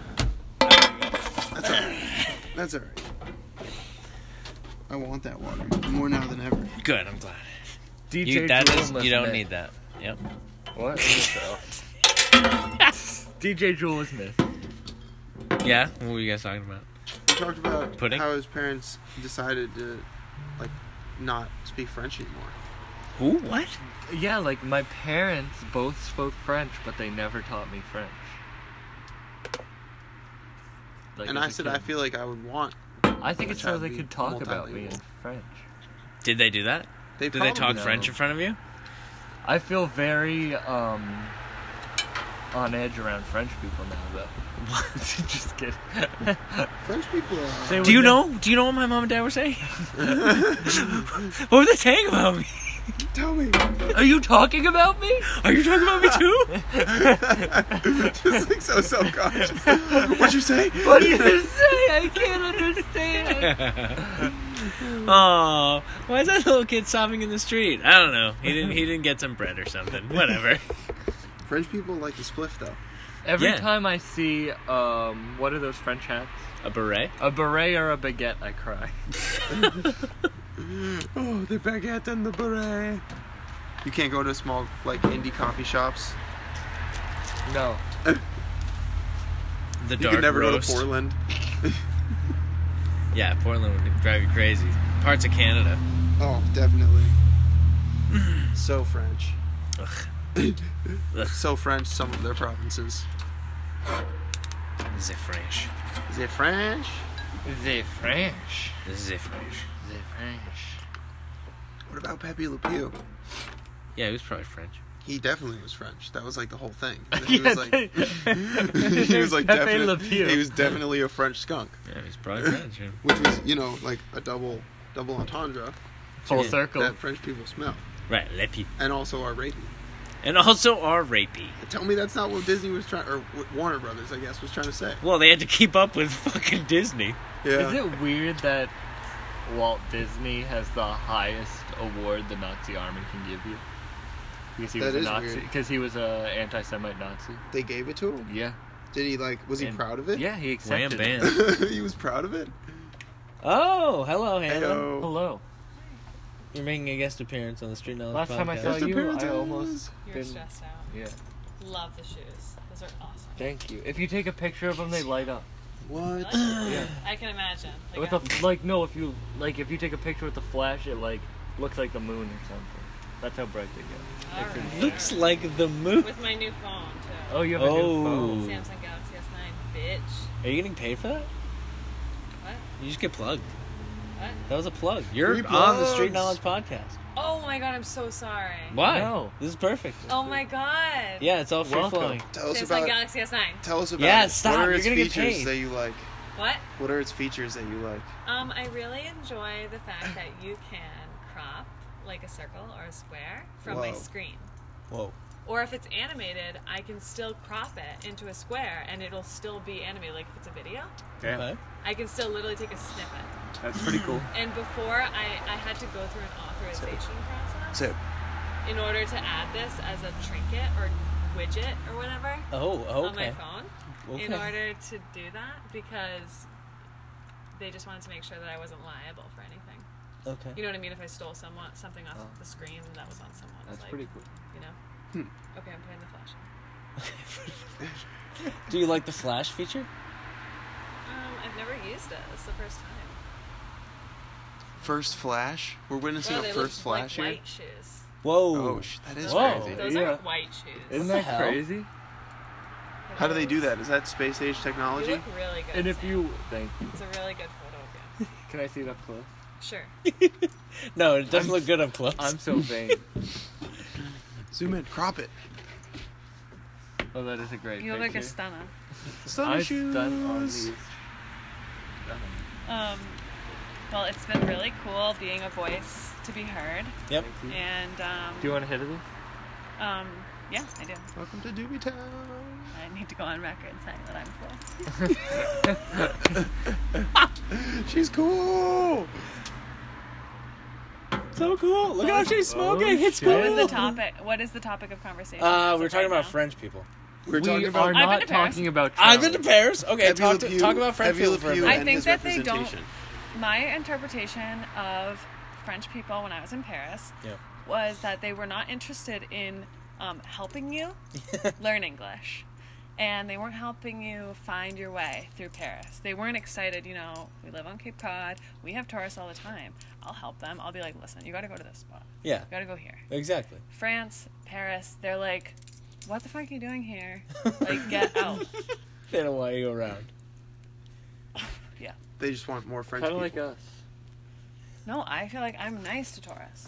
That's alright. That's alright. I want that water more now than ever. Good. I'm glad. DJ You, that Jewel is, must you don't miss. need that. Yep. What? DJ Jewel was missed. Yeah. What were you guys talking about? We talked about Pudding? how his parents decided to like not speak French anymore. Who? What? Yeah, like my parents both spoke French, but they never taught me French. Like, and as I a said kid. I feel like I would want I think my it's so child they be could talk about me in multilingual. French. Did they do that? they Did they talk probably- French in front of you? I feel very um on edge around French people now, though. Just kidding. French people are They Do you would know? Do you know what my mom and dad were saying? what were they saying about me? tell me. Are you talking about me? Are you talking about me too? just like so self conscious. What'd you say? What do you say? I can't understand. Oh, why is that little kid sobbing in the street? I don't know. He didn't. He didn't get some bread or something. Whatever. French people like to spliff though. Every Yeah. time I see um, what are those French hats? A beret. A beret or a baguette, I cry. Oh, the baguette and the beret. You can't go to small like indie coffee shops. No. The You dark can never roast. go to Portland. Yeah, Portland would drive you crazy. Parts of Canada. Oh, definitely. so French. Ugh. so French. Some of their provinces. The French. Is it French? The French. The French. The French. What about Pepe Le Pew? Yeah, he was probably French. He definitely was French. That was like the whole thing. He Yeah, was like, they- he was like Pepe definite- Le Pew. He was definitely a French skunk, Yeah, he's probably French. yeah. which was you know like a double double entendre full circle. that French people smell Right, Lepi. and also are rapey. And also are rapey. Tell me that's not what Disney was trying or what Warner Brothers, I guess, was trying to say. Well, they had to keep up with fucking Disney. Yeah. Is it weird that Walt Disney has the highest award the Nazi army can give you? Because he That was a is Nazi. weird. Because he was a anti-Semite Nazi. They gave it to him. Yeah. Did he like? Was he And- proud of it? Yeah, he Wham accepted. it. bam. he was proud of it. Oh, hello, Hannah. Ayo. Hello. You're making a guest appearance on the Street Knowledge Last time I podcast. saw Guest you, appearances. I almost You're been. stressed out. Yeah. Love the shoes. Those are awesome. Thank you. If you take a picture of them, they light up. What? Yeah. I can imagine. Like, With I'm- a like, no, if you like, if you take a picture with the flash, it like looks like the moon or something. That's how bright they get. all right. Looks like the moon. With my new phone too. Oh, you have a Oh. new phone. Samsung Galaxy S9, bitch. Are you getting paid for that? What? You just get plugged. What? That was a plug. You're Free on the plugs. Street Knowledge podcast. Oh my god, I'm so sorry. Why? No. This is perfect. Oh my god. Yeah, it's all free Welcome. flowing. Tell us Samsung about. Galaxy S9. Tell us about. Yeah, it. stop, What are you're its gonna get features paid. that you like? What? What are its features that you like? Um, I really enjoy the fact that you can crop like a circle or a square from my Whoa. screen. Whoa. Or if it's animated, I can still crop it into a square and it'll still be animated. Like if it's a video, Yeah, Okay. I can still literally take a snippet. that's pretty cool. And before I, I had to go through an authorization process So, in order to add this as a trinket or widget or whatever Oh, okay. on my phone in Okay. order to do that because they just wanted to make sure that I wasn't liable for anything. Okay. You know what I mean? If I stole someone something off Oh. the screen that was on someone, That's like, pretty cool. Hmm. You know. Okay, I'm playing the flash. Do you like the flash feature? Um, I've never used it. It's the first time. first flash. We're witnessing Wow, a they look first flash like here. white shoes. Whoa. Oh, sh- that is Whoa. crazy. Those Yeah. aren't white shoes. Isn't the that hell? crazy? How do they do that? Is that space age You technology? look really good. And if Sam. you thank you, it's a really good photo of you. can I see it up close? Sure. no, it doesn't look good up close. I'm so vain. Zoom in, crop it. Oh, that is a great You look like picture. a stunner. Stunner I stun on shoes. these. Um, well, it's been really cool being a voice to be heard, Yep. and um, Do you want to hit it? um, yeah, I do. Welcome to Doobie Town. I need to go on record saying that I'm cool. She's cool. So cool. Look how she's smoking. Oh, it's shit. cool. What was the topic? What is the topic of conversation? Uh, Is we were it talking right about now? French people. We were we talking are about I've not been to Paris. talking about. I've been travel. to Paris. Okay, Pepe talk, Le to, Pew- talk about French Pepe Le people for a Pew I minute. and think his that they don't- representation. My interpretation of French people when I was in Paris Yeah. was that they were not interested in um, helping you learn English. And they weren't helping you find your way through Paris. They weren't excited, you know, we live on Cape Cod, we have tourists all the time. I'll help them. I'll be like, listen, you gotta go to this spot. Yeah, You gotta go here. exactly. France, Paris, they're like, what the fuck are you doing here? Like, get out. They don't want you around. Yeah. They just want more French Kind people. of like us. No, I feel like I'm nice to tourists.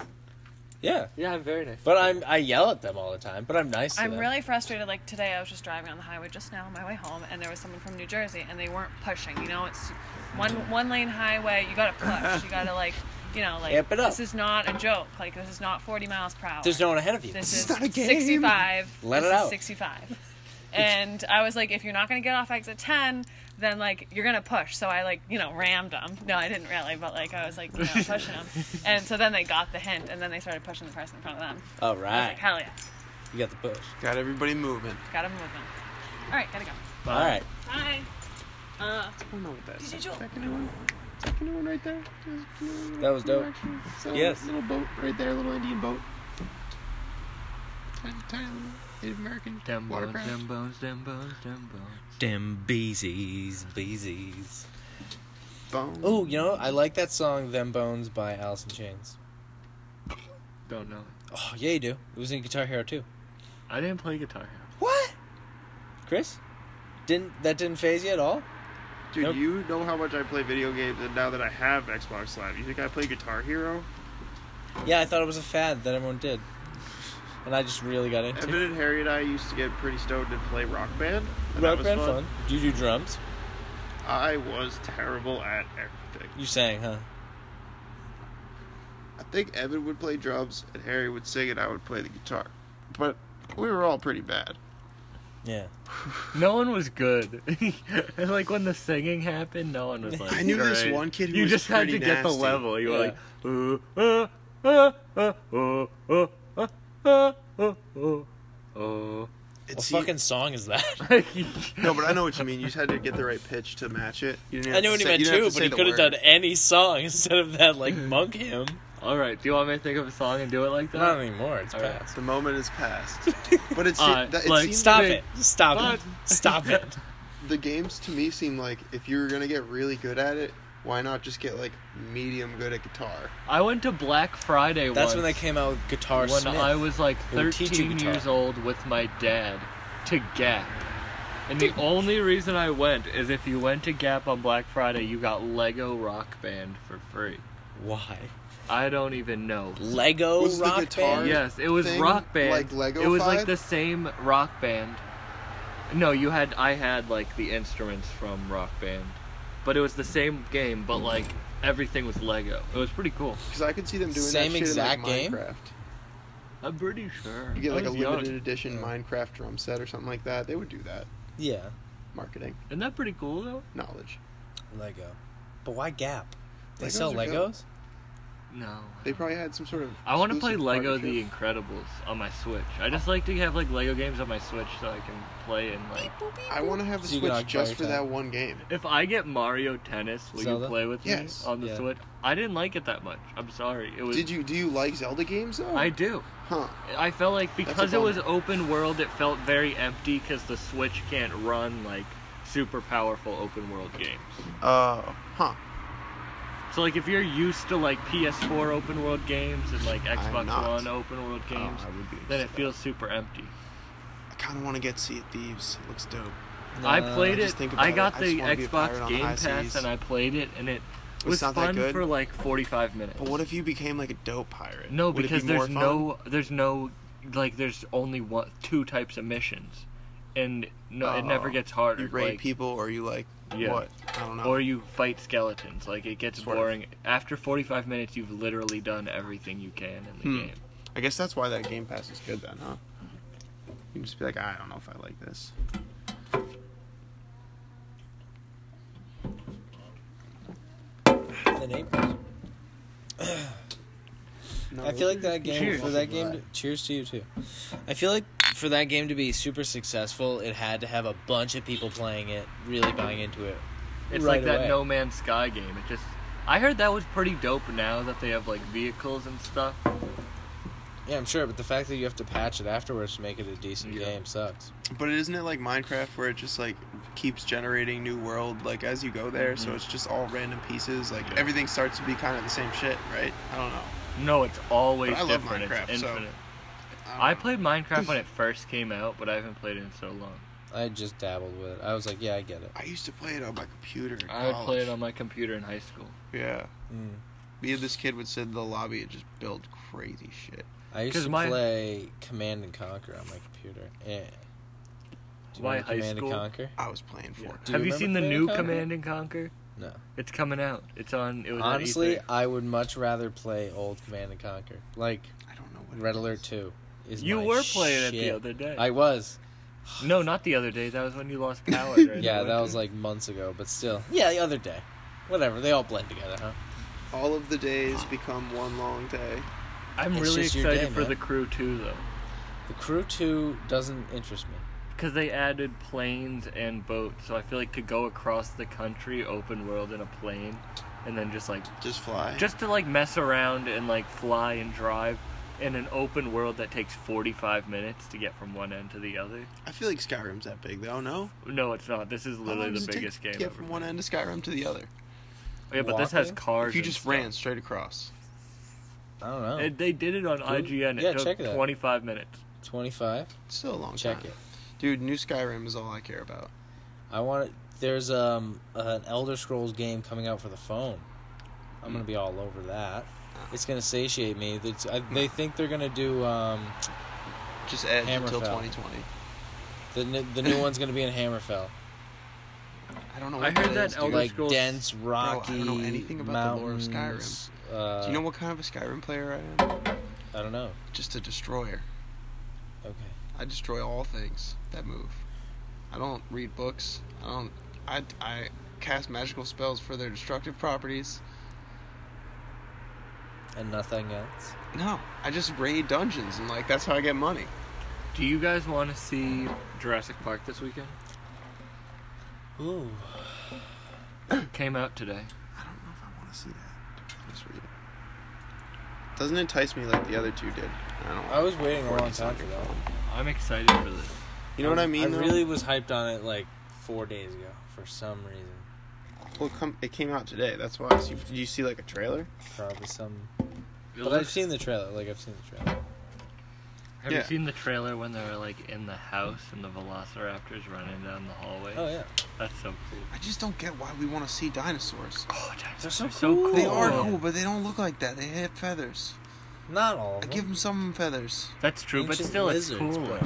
Yeah, Yeah, I'm very nice. but I'm I yell at them all the time. But I'm nice. To I'm them. really frustrated. Like today, I was just driving on the highway just now on my way home, and there was someone from New Jersey, and they weren't pushing. You know, it's one one lane highway. You gotta push. you gotta like, you know, like Amp it up. this is not a joke. Like this is not 40 miles per hour. There's no one ahead of you. This This is is not a game. 65. Let this it is out. 65. And I was like, if you're not gonna get off exit 10, then like you're gonna push. So I like you know rammed them. No, I didn't really, but like I was like you know, pushing them. And so then they got the hint, and then they started pushing the person in front of them. all I was like, right, hell yeah, you got the push. Got everybody moving. gotta move them. All right, gotta go. All right. Bye. Uh, I don't know what that DJ is. Joel. Is that canoeing right there? Is canoeing That was canoe dope. action? Is that a Yes. Little boat right there, little Indian boat. Tiny, tiny little Native American Dem bones, watercraft. dem bones, dem bones, dem bones. Dem Beezies, Beezies. Bone. Oh, you know, I like that song "Them Bones" by Alice in Chains. Don't know. Oh yeah, you do. It was in Guitar Hero too. I didn't play Guitar Hero. What? Chris? Didn't that didn't phase you at all? Dude, Nope. you know how much I play video games, and now that I have Xbox Live, you think I play Guitar Hero? Yeah, I thought it was a fad that everyone did, and I just really got into. Evan it. and Harry and I used to get pretty stoned and play Rock Band. And that Rock was band fun. Do you do drums? I was terrible at everything. You sang, huh? I think Evan would play drums, and Harry would sing, and I would play the guitar. But we were all pretty bad. Yeah. No one was good. like when the singing happened, no one was like. I knew this "Alright." one kid who you was just had to pretty get the nasty. level. You Yeah. were like, uh, uh, uh, uh, uh, uh, uh, uh, uh, uh, What See- fucking song is that? No, but I know what you mean. You just had to get the right pitch to match it. You didn't have I knew to what he say- meant you didn't too, have to but say he the could have word. done any song instead of that like monk hymn. All right. Do you want me to think of a song and do it like that? Not anymore. It's All right. past. The moment is past. But it's Uh, that, it like, seems Stop Big it! Stop it! button. Stop it! the games to me seem like if you were gonna get really good at it, why not just get like medium good at guitar? I went to Black Friday. That's once. when they came out with Guitar when Smith. I was like They would teach you 13 guitar. years old with my dad to Gap. And the only reason I went is if you went to Gap on Black Friday, you got Lego Rock Band for free. Why? I don't even know. Lego Was the Rock guitar- Band. Yes, it was Thing, Rock Band. like, Lego It was fied? like the same Rock Band. No, you had I had like the instruments from Rock Band, but it was the same game, but like everything was Lego. It was pretty cool. Because I could see them doing Same that shit exact in like, game? Minecraft. I'm pretty sure. You get I like a was young. limited edition Yeah. Minecraft drum set or something like that. They would do that. Yeah. Marketing Isn't that pretty cool though? knowledge. Lego. But why Gap? They Legos sell are Legos? No. They probably had some sort of. I want to play exclusive Lego The partnership. Incredibles on my Switch. I just like to have like Lego games on my Switch so I can play and like. I want to have a So you can Switch occupy your just for time. that one game. If I get Mario Tennis, will Zelda? you play with Yes. me on the Yeah. Switch? I didn't like it that much. I'm sorry. It was. Did you do you like Zelda games though? I do. Huh. I felt like because it bummer. was open world, it felt very empty because the Switch can't run like super powerful open world games. Uh. Huh. So like if you're used to like PS4 open world games and like Xbox not. Uh, One open world games, I would be then it interested. feels super empty. I kind of want to get Sea of Thieves. It looks dope. I Nah. played I just it. think about I it. got I just the wanna be a pirate Xbox on the Game high Pass seas. and I played it, and it It's was not that fun good? for like 45 minutes. But what if you became like a dope pirate? no, Would it be because more there's fun? no, there's no, like there's only one, two types of missions, and no, it never Oh, gets harder. You raid like- people, or you like Yeah. what? I don't know. Or you fight skeletons. Like it gets Sort of. boring. After 45 minutes, you've literally done everything you can in the Hmm. game. I guess that's why that Game Pass is good then, huh? You can just be like, I don't know if I like this. The neighbors. No, I feel like that game Cheers. for that game. To, cheers to you too. I feel like for that game to be super successful, it had to have a bunch of people playing it, really buying into it. It's right like that away. No Man's Sky game. It just, I heard that was pretty dope. Now that they have like vehicles and stuff. Yeah, I'm sure, but the fact that you have to patch it afterwards to make it a decent Yeah. game sucks. But isn't it like Minecraft where it just like keeps generating new world like as you go there, so it's just all random pieces. Like Mm-hmm. Yeah. everything starts to be kind of the same shit, right? I don't know. No, it's always But I love different. Minecraft, it's so- um, infinite. don't I know. played Minecraft when it first came out, but I haven't played it in so long. I just dabbled with it. I was like, yeah, I get it. I used to play it on my computer. in I would play college. it on my computer in high school. Yeah. Mm. Me and this kid would sit in the lobby and just build crazy shit. I used 'Cause to my- play Command and Conquer on my computer. Yeah. Do you My remember high Command school- and Conquer? I was playing for Do you have you remember seen the Command new and Conquer? Command and Conquer? No. It's coming out. It's on. It was on E Honestly, E3. I would much rather play old Command and Conquer, like I don't know what it Red is. Alert Two. Is you my were playing it the shit. other day. I was. No, not the other day. That was when you lost power. during Yeah, the that winter. was like months ago, but still. Yeah, the other day. Whatever, they all blend together, huh? All of the days become one long day. I'm it's really just your excited day, for man. the crew too, though, The Crew 2 doesn't interest me. because they added planes and boats. So I feel like to go across the country, open world in a plane, and then just like Just fly. just to like mess around and like fly and drive in an open world that takes 45 minutes to get from one end to the other. I feel like Skyrim's that big though. No. No, it's not. This is How long literally does the it take biggest to game Get ever. from one end of Skyrim to the other. yeah, but this has Walking? cars. If you and just stuff. ran straight across. I don't know. It- they did it on IGN. It Oh. Yeah, took check that. 25 minutes. Twenty-five. It's still a long Check time. it. Dude, new Skyrim is all I care about. I want it. There's um an Elder Scrolls game coming out for the phone. I'm gonna be all over that. It's gonna satiate me. It's, I, they think they're gonna do um Just edge until Hammerfell. 2020. the n- the new one's gonna be in Hammerfell, I don't know. What I heard that is, dude. Elder like Scrolls- dense I rocky. don't know anything about the lore of Skyrim. mountains, Uh, Do you know what kind of a Skyrim player I am? I don't know. Just a destroyer. Okay. I destroy all things that move. I don't read books. I don't. I, I cast magical spells for their destructive properties. And nothing else. No, I just raid dungeons and like that's how I get money. Do you guys want to see Jurassic Park this weekend? Ooh. Came out today. I don't know if I want to see that. Just read it. Doesn't entice me like the other two did. I don't. I was waiting a Fortnite's long time on for your that. phone. I'm excited for this. You know what I mean? I though? really was hyped on it like four days ago for some reason. Well, come, it came out today. That's why. So you, did you see like a trailer? Probably some. It But I've looks- seen the trailer. Like I've seen the trailer. Have you yeah. seen the trailer when they were like in the house and the Velociraptors running down the hallway? Oh yeah. That's so cool. I just don't get why we want to see dinosaurs. Oh, They're so cool. They are Cool. cool, but they don't look like that. They have feathers. Not all. Of I them. give them some feathers. That's true, but Ancient still, lizards, it's cool. bro.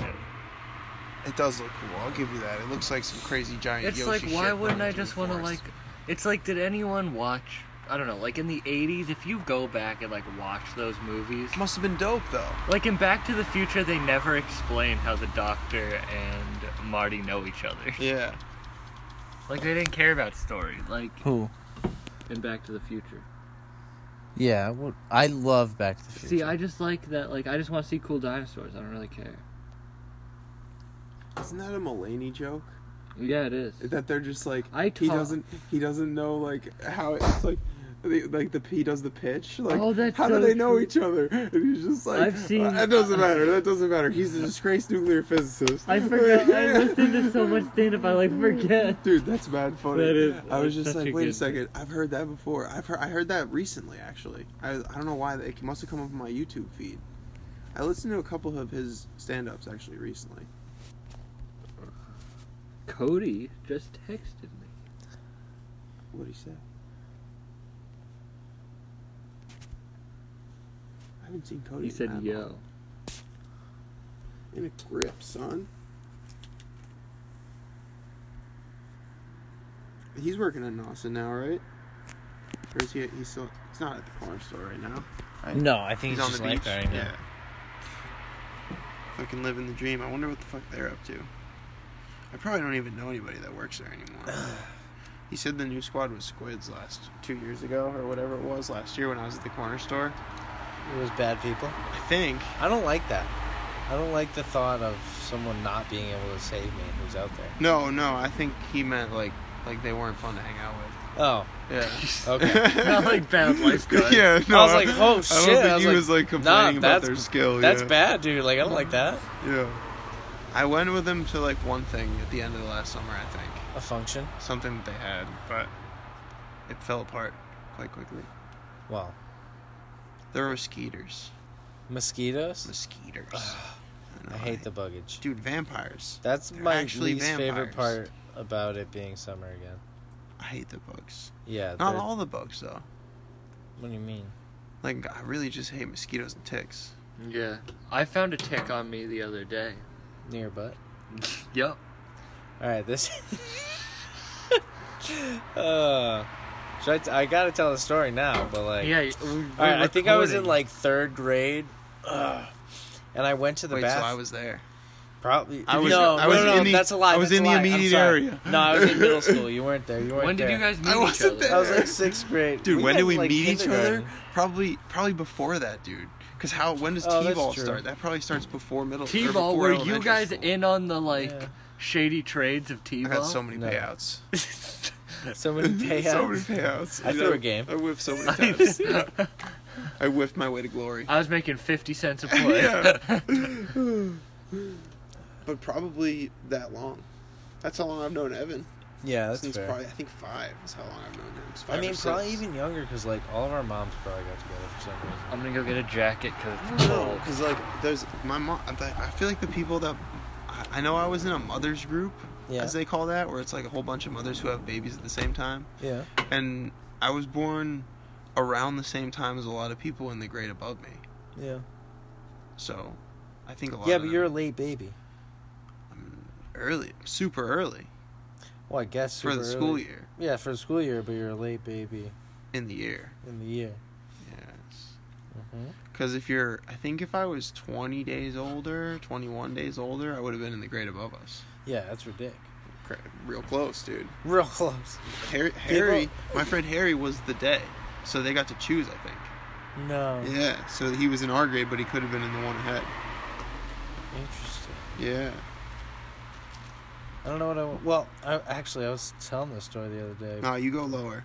It does look cool. I'll give you that. It looks like some crazy giant. It's like, Yoshi why shit wouldn't running I through just the want to like? forest. It's like, did anyone watch? I don't know. Like in the '80s, if you go back and like watch those movies, Must have been dope though. like in Back to the Future, they never explain how the Doctor and Marty know each other. Yeah. Like they didn't care about story. Like Who? in Back to the Future. Yeah. Well, I love Back to the Future. See, I just like that. Like I just want to see cool dinosaurs. I don't really care. Isn't that a Mulaney joke? Yeah, it is. That they're just like I he talk- doesn't he doesn't know like how it's like. the- Like the he does the pitch. Like, Oh, that's how so do they know true. each other? And he's just like, "Uh, I've seen- That doesn't matter. That doesn't matter. He's a disgraced nuclear physicist. I forgot. I listened to so much stand up, I like forget. Dude, that's mad funny. That is- I was that's just such a like, wait a good- second, I've heard that before. I've heard I heard that recently actually. I I don't know why it must have come up on my YouTube feed. I listened to a couple of his stand-ups actually recently. Cody just texted me. What did he say? I haven't seen Cody. He in said, that long. "Yo." In a grip, son. He's working in Dawson now, right? Or is he? He's still. He's not at the corner store right now. No, I think he's, on just the like beach. that right now. yeah. Fucking living the dream. I wonder what the fuck they're up to. I probably don't even know anybody that works there anymore. he said the new squad was squids last two years ago or whatever it was last year when I was at the corner store. It was bad people. I think. I don't like that. I don't like the thought of someone not being able to save me who's out there. No, no. I think he meant like like they weren't fun to hang out with. Oh, Yeah. okay. Not like bad lifeguard. Yeah, no. I was like, oh shit. I don't think was he like, was like nah, complaining about that's- their skill. That's yeah. bad, dude. Like I don't like that. Yeah. I went with him to like one thing at the end of the last summer, I think. A function. Something that they had, but it fell apart quite quickly. Well, There were mosquitoes. mosquitoes. Mosquitoes. know, I hate the buggage. dude vampires. That's They're my least actually favorite part vampires. about it being summer again. I hate the bugs. Yeah. Not they're- all the bugs though. What do you mean? Like I really just hate mosquitoes and ticks. Yeah. I found a tick on me the other day. Near butt. Yup. All right, this. uh, should I? T- I gotta tell the story now, but like. Yeah. We, All right, I think I was in like third grade, Ugh. and I went to the Wait, bathroom. so I was there. Probably. I was- no, I was no, no, in the- that's a lie. I was that's in a the lie. I'm immediate sorry. area. No, I was in middle school. You weren't there. You weren't When did you there. guys meet I wasn't each there. other? I was like sixth grade. Dude, when met did in, we like, meet each other? kindergarten. Probably, probably before that, dude. Because how? When does Oh, that's t-ball true. start? That probably starts before middle. or T-ball. before Were you elementary guys school. in on the like Yeah. shady trades I of T-ball? had so many No. payouts. So many payouts. so many payouts. I You threw know, a game. I whiffed so many times. I whiffed my way to glory. I was making 50 cents a play. Yeah. but probably that long. That's how long I've known Evan. yeah, that's Since fair. Oh. probably I think five is how long I've known him. It's five I or mean, six. probably even younger because like all of our moms probably got together for some reason. I'm gonna go get a jacket because it's No, cold. because like there's my mom. I th- I feel like the people that I- I know I was in a mother's group, Yeah. as they call that, where it's like a whole bunch of mothers who have babies at the same time, Yeah. and I was born around the same time as a lot of people in the grade above me. Yeah. So, I think a lot. Yeah, of but them- you're a late baby. early, super early Well, I guess for the super school early. year Yeah, for the school year, but you're a late baby in the year. in the year. Yes. Mhm. Because if you're, I think if I was 20 days older, 21 days older, I would have been in the grade above us. Yeah, that's ridiculous. Cra- Real close, dude. Real close. Harry, Harry my friend Harry was the day, so they got to choose. I think. No. Yeah, so he was in our grade, but he could have been in the one ahead. Interesting. Yeah. I don't know what I. wa- Well, I, actually, I was telling this story the other day. No, you go lower.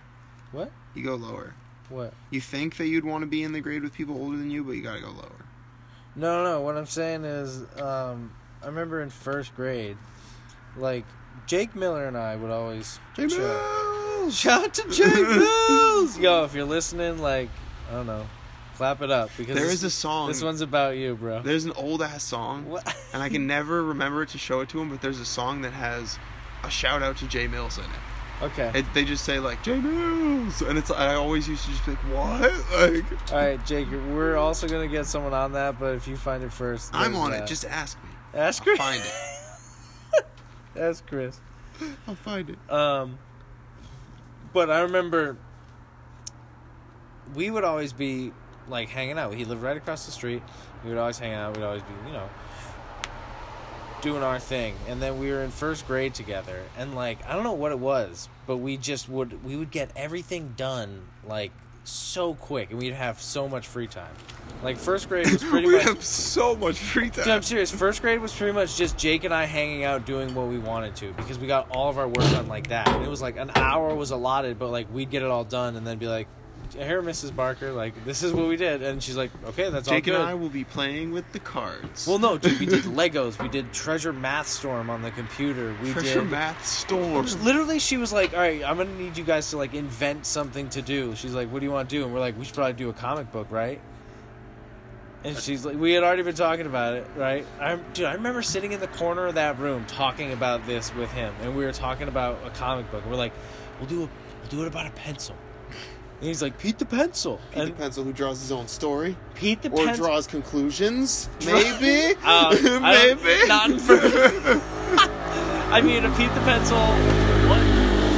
What? You go lower. What? You think that you'd want to be in the grade with people older than you, but you gotta go lower. No, no, no. What I'm saying is, um, I remember in first grade, like Jake Miller and I would always. Jake chat. Mills! Shout out to Jake Mills! Yo, if you're listening, like, I don't know, clap it up because There this, is a song. This one's about you, bro. There's an old ass song, What? and I can never remember to show it to him. But there's a song that has a shout out to Jay Mills in it. Okay. it they just say like Jay Mills, and it's I always used to just be like, what? Like All right, Jake. We're also gonna get someone on that, but if you find it first, I'm there's on that. it. Just ask me. ask I'll Chris. find it. Ask Chris. I'll find it. Um, but I remember we would always be like hanging out. He lived right across the street. We would always hang out. We'd always be, you know, doing our thing. And then we were in first grade together. And like, I don't know what it was, but we just would, we would get everything done like so quick and we'd have so much free time. Like, first grade was pretty we much. have so much free time. Dude, I'm serious. First grade was pretty much just Jake and I hanging out doing what we wanted to because we got all of our work done like that. And it was like an hour was allotted, but like we'd get it all done and then be like, here, Mrs. Barker, like this is what we did. And she's like, okay, that's Jake all and good. I will be playing with the cards. well, no, dude, we did Legos. We did Treasure Math Storm on the computer. We pressure did. math storm. Literally, she was like, "All right, I'm gonna need you guys to like invent something to do." She's like, "What do you want to do?" And we're like, "We should probably do a comic book, right?" And she's like, "We had already been talking about it, right?" I dude, I remember sitting in the corner of that room talking about this with him, and we were talking about a comic book. We're like, "We'll do a, we'll do it about a pencil." And he's like, "Pete the pencil," Pete and the pencil who draws his own story Pete the or pencil. draws conclusions, maybe, Uh, I don't- maybe. not in first. I mean, a Pete the pencil. What?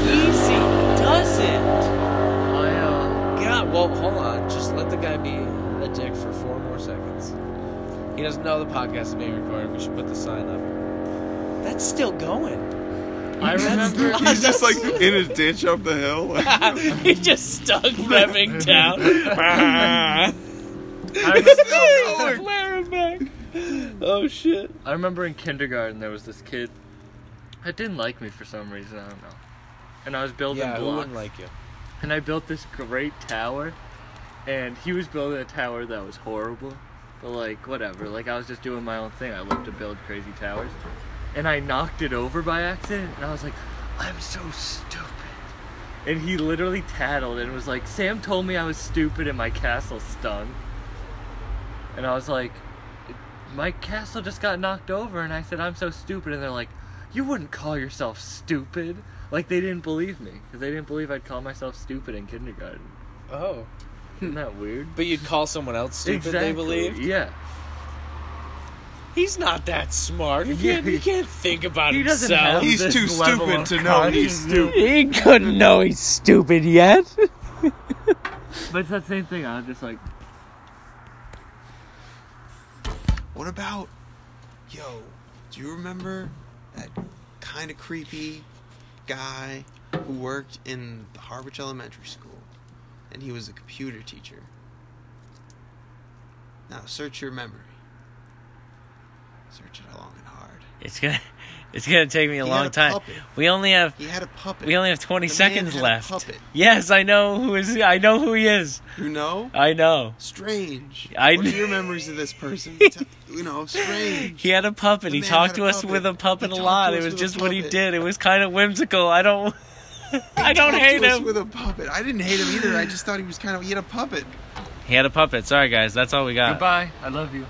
Easy does it. I, uh, God, well, hold on. Just let the guy be a dick for four more seconds. He doesn't know the podcast is being recorded. We should put the sign up. That's still going. I remember. He's just like in a ditch up the hill. Like, he just stuck revving down. I remember Flaring back. Oh shit. I remember in kindergarten there was this kid that didn't like me for some reason. I don't know. And I was building Yeah, who blocks, wouldn't like you? and I built this great tower, and he was building a tower that was horrible. But like whatever, like I was just doing my own thing. I love to build crazy towers, and I knocked it over by accident, and I was like, I'm so stupid. And he literally tattled and was like, Sam told me I was stupid and my castle stung. And I was like, my castle just got knocked over and I said I'm so stupid and they're like you wouldn't call yourself stupid like they didn't believe me because they didn't believe I'd call myself stupid in kindergarten Oh. isn't that weird But you'd call someone else stupid, they believe? yeah He's not that smart. He Yeah, can't, he he- can't think about he doesn't himself. have He's this too level stupid of to know he's consciousness. stupid. he couldn't know he's stupid yet. but it's that same thing I was just like What about, yo, do you remember that kind of creepy guy who worked in the Harwich Elementary School? And he was a computer teacher. Now search your memory. Search it long and hard. It's gonna It's gonna take me a He had long a time. puppet. We only have He had a puppet. we only have twenty The man seconds had a left. puppet. Yes, I know who is. I know who he is. You know? I know. Strange. I- what are your memories of this person? T- you know, strange. He had a puppet. The He man had talked to a us puppet. with a puppet He a talked lot. to It us was with just a what he puppet. did. It was kind of whimsical. I don't. I don't Talked hate to us him. with a puppet. I didn't hate him either. I just thought he was kind of he had a puppet. He had a puppet. Sorry guys, that's all we got. Goodbye. I love you.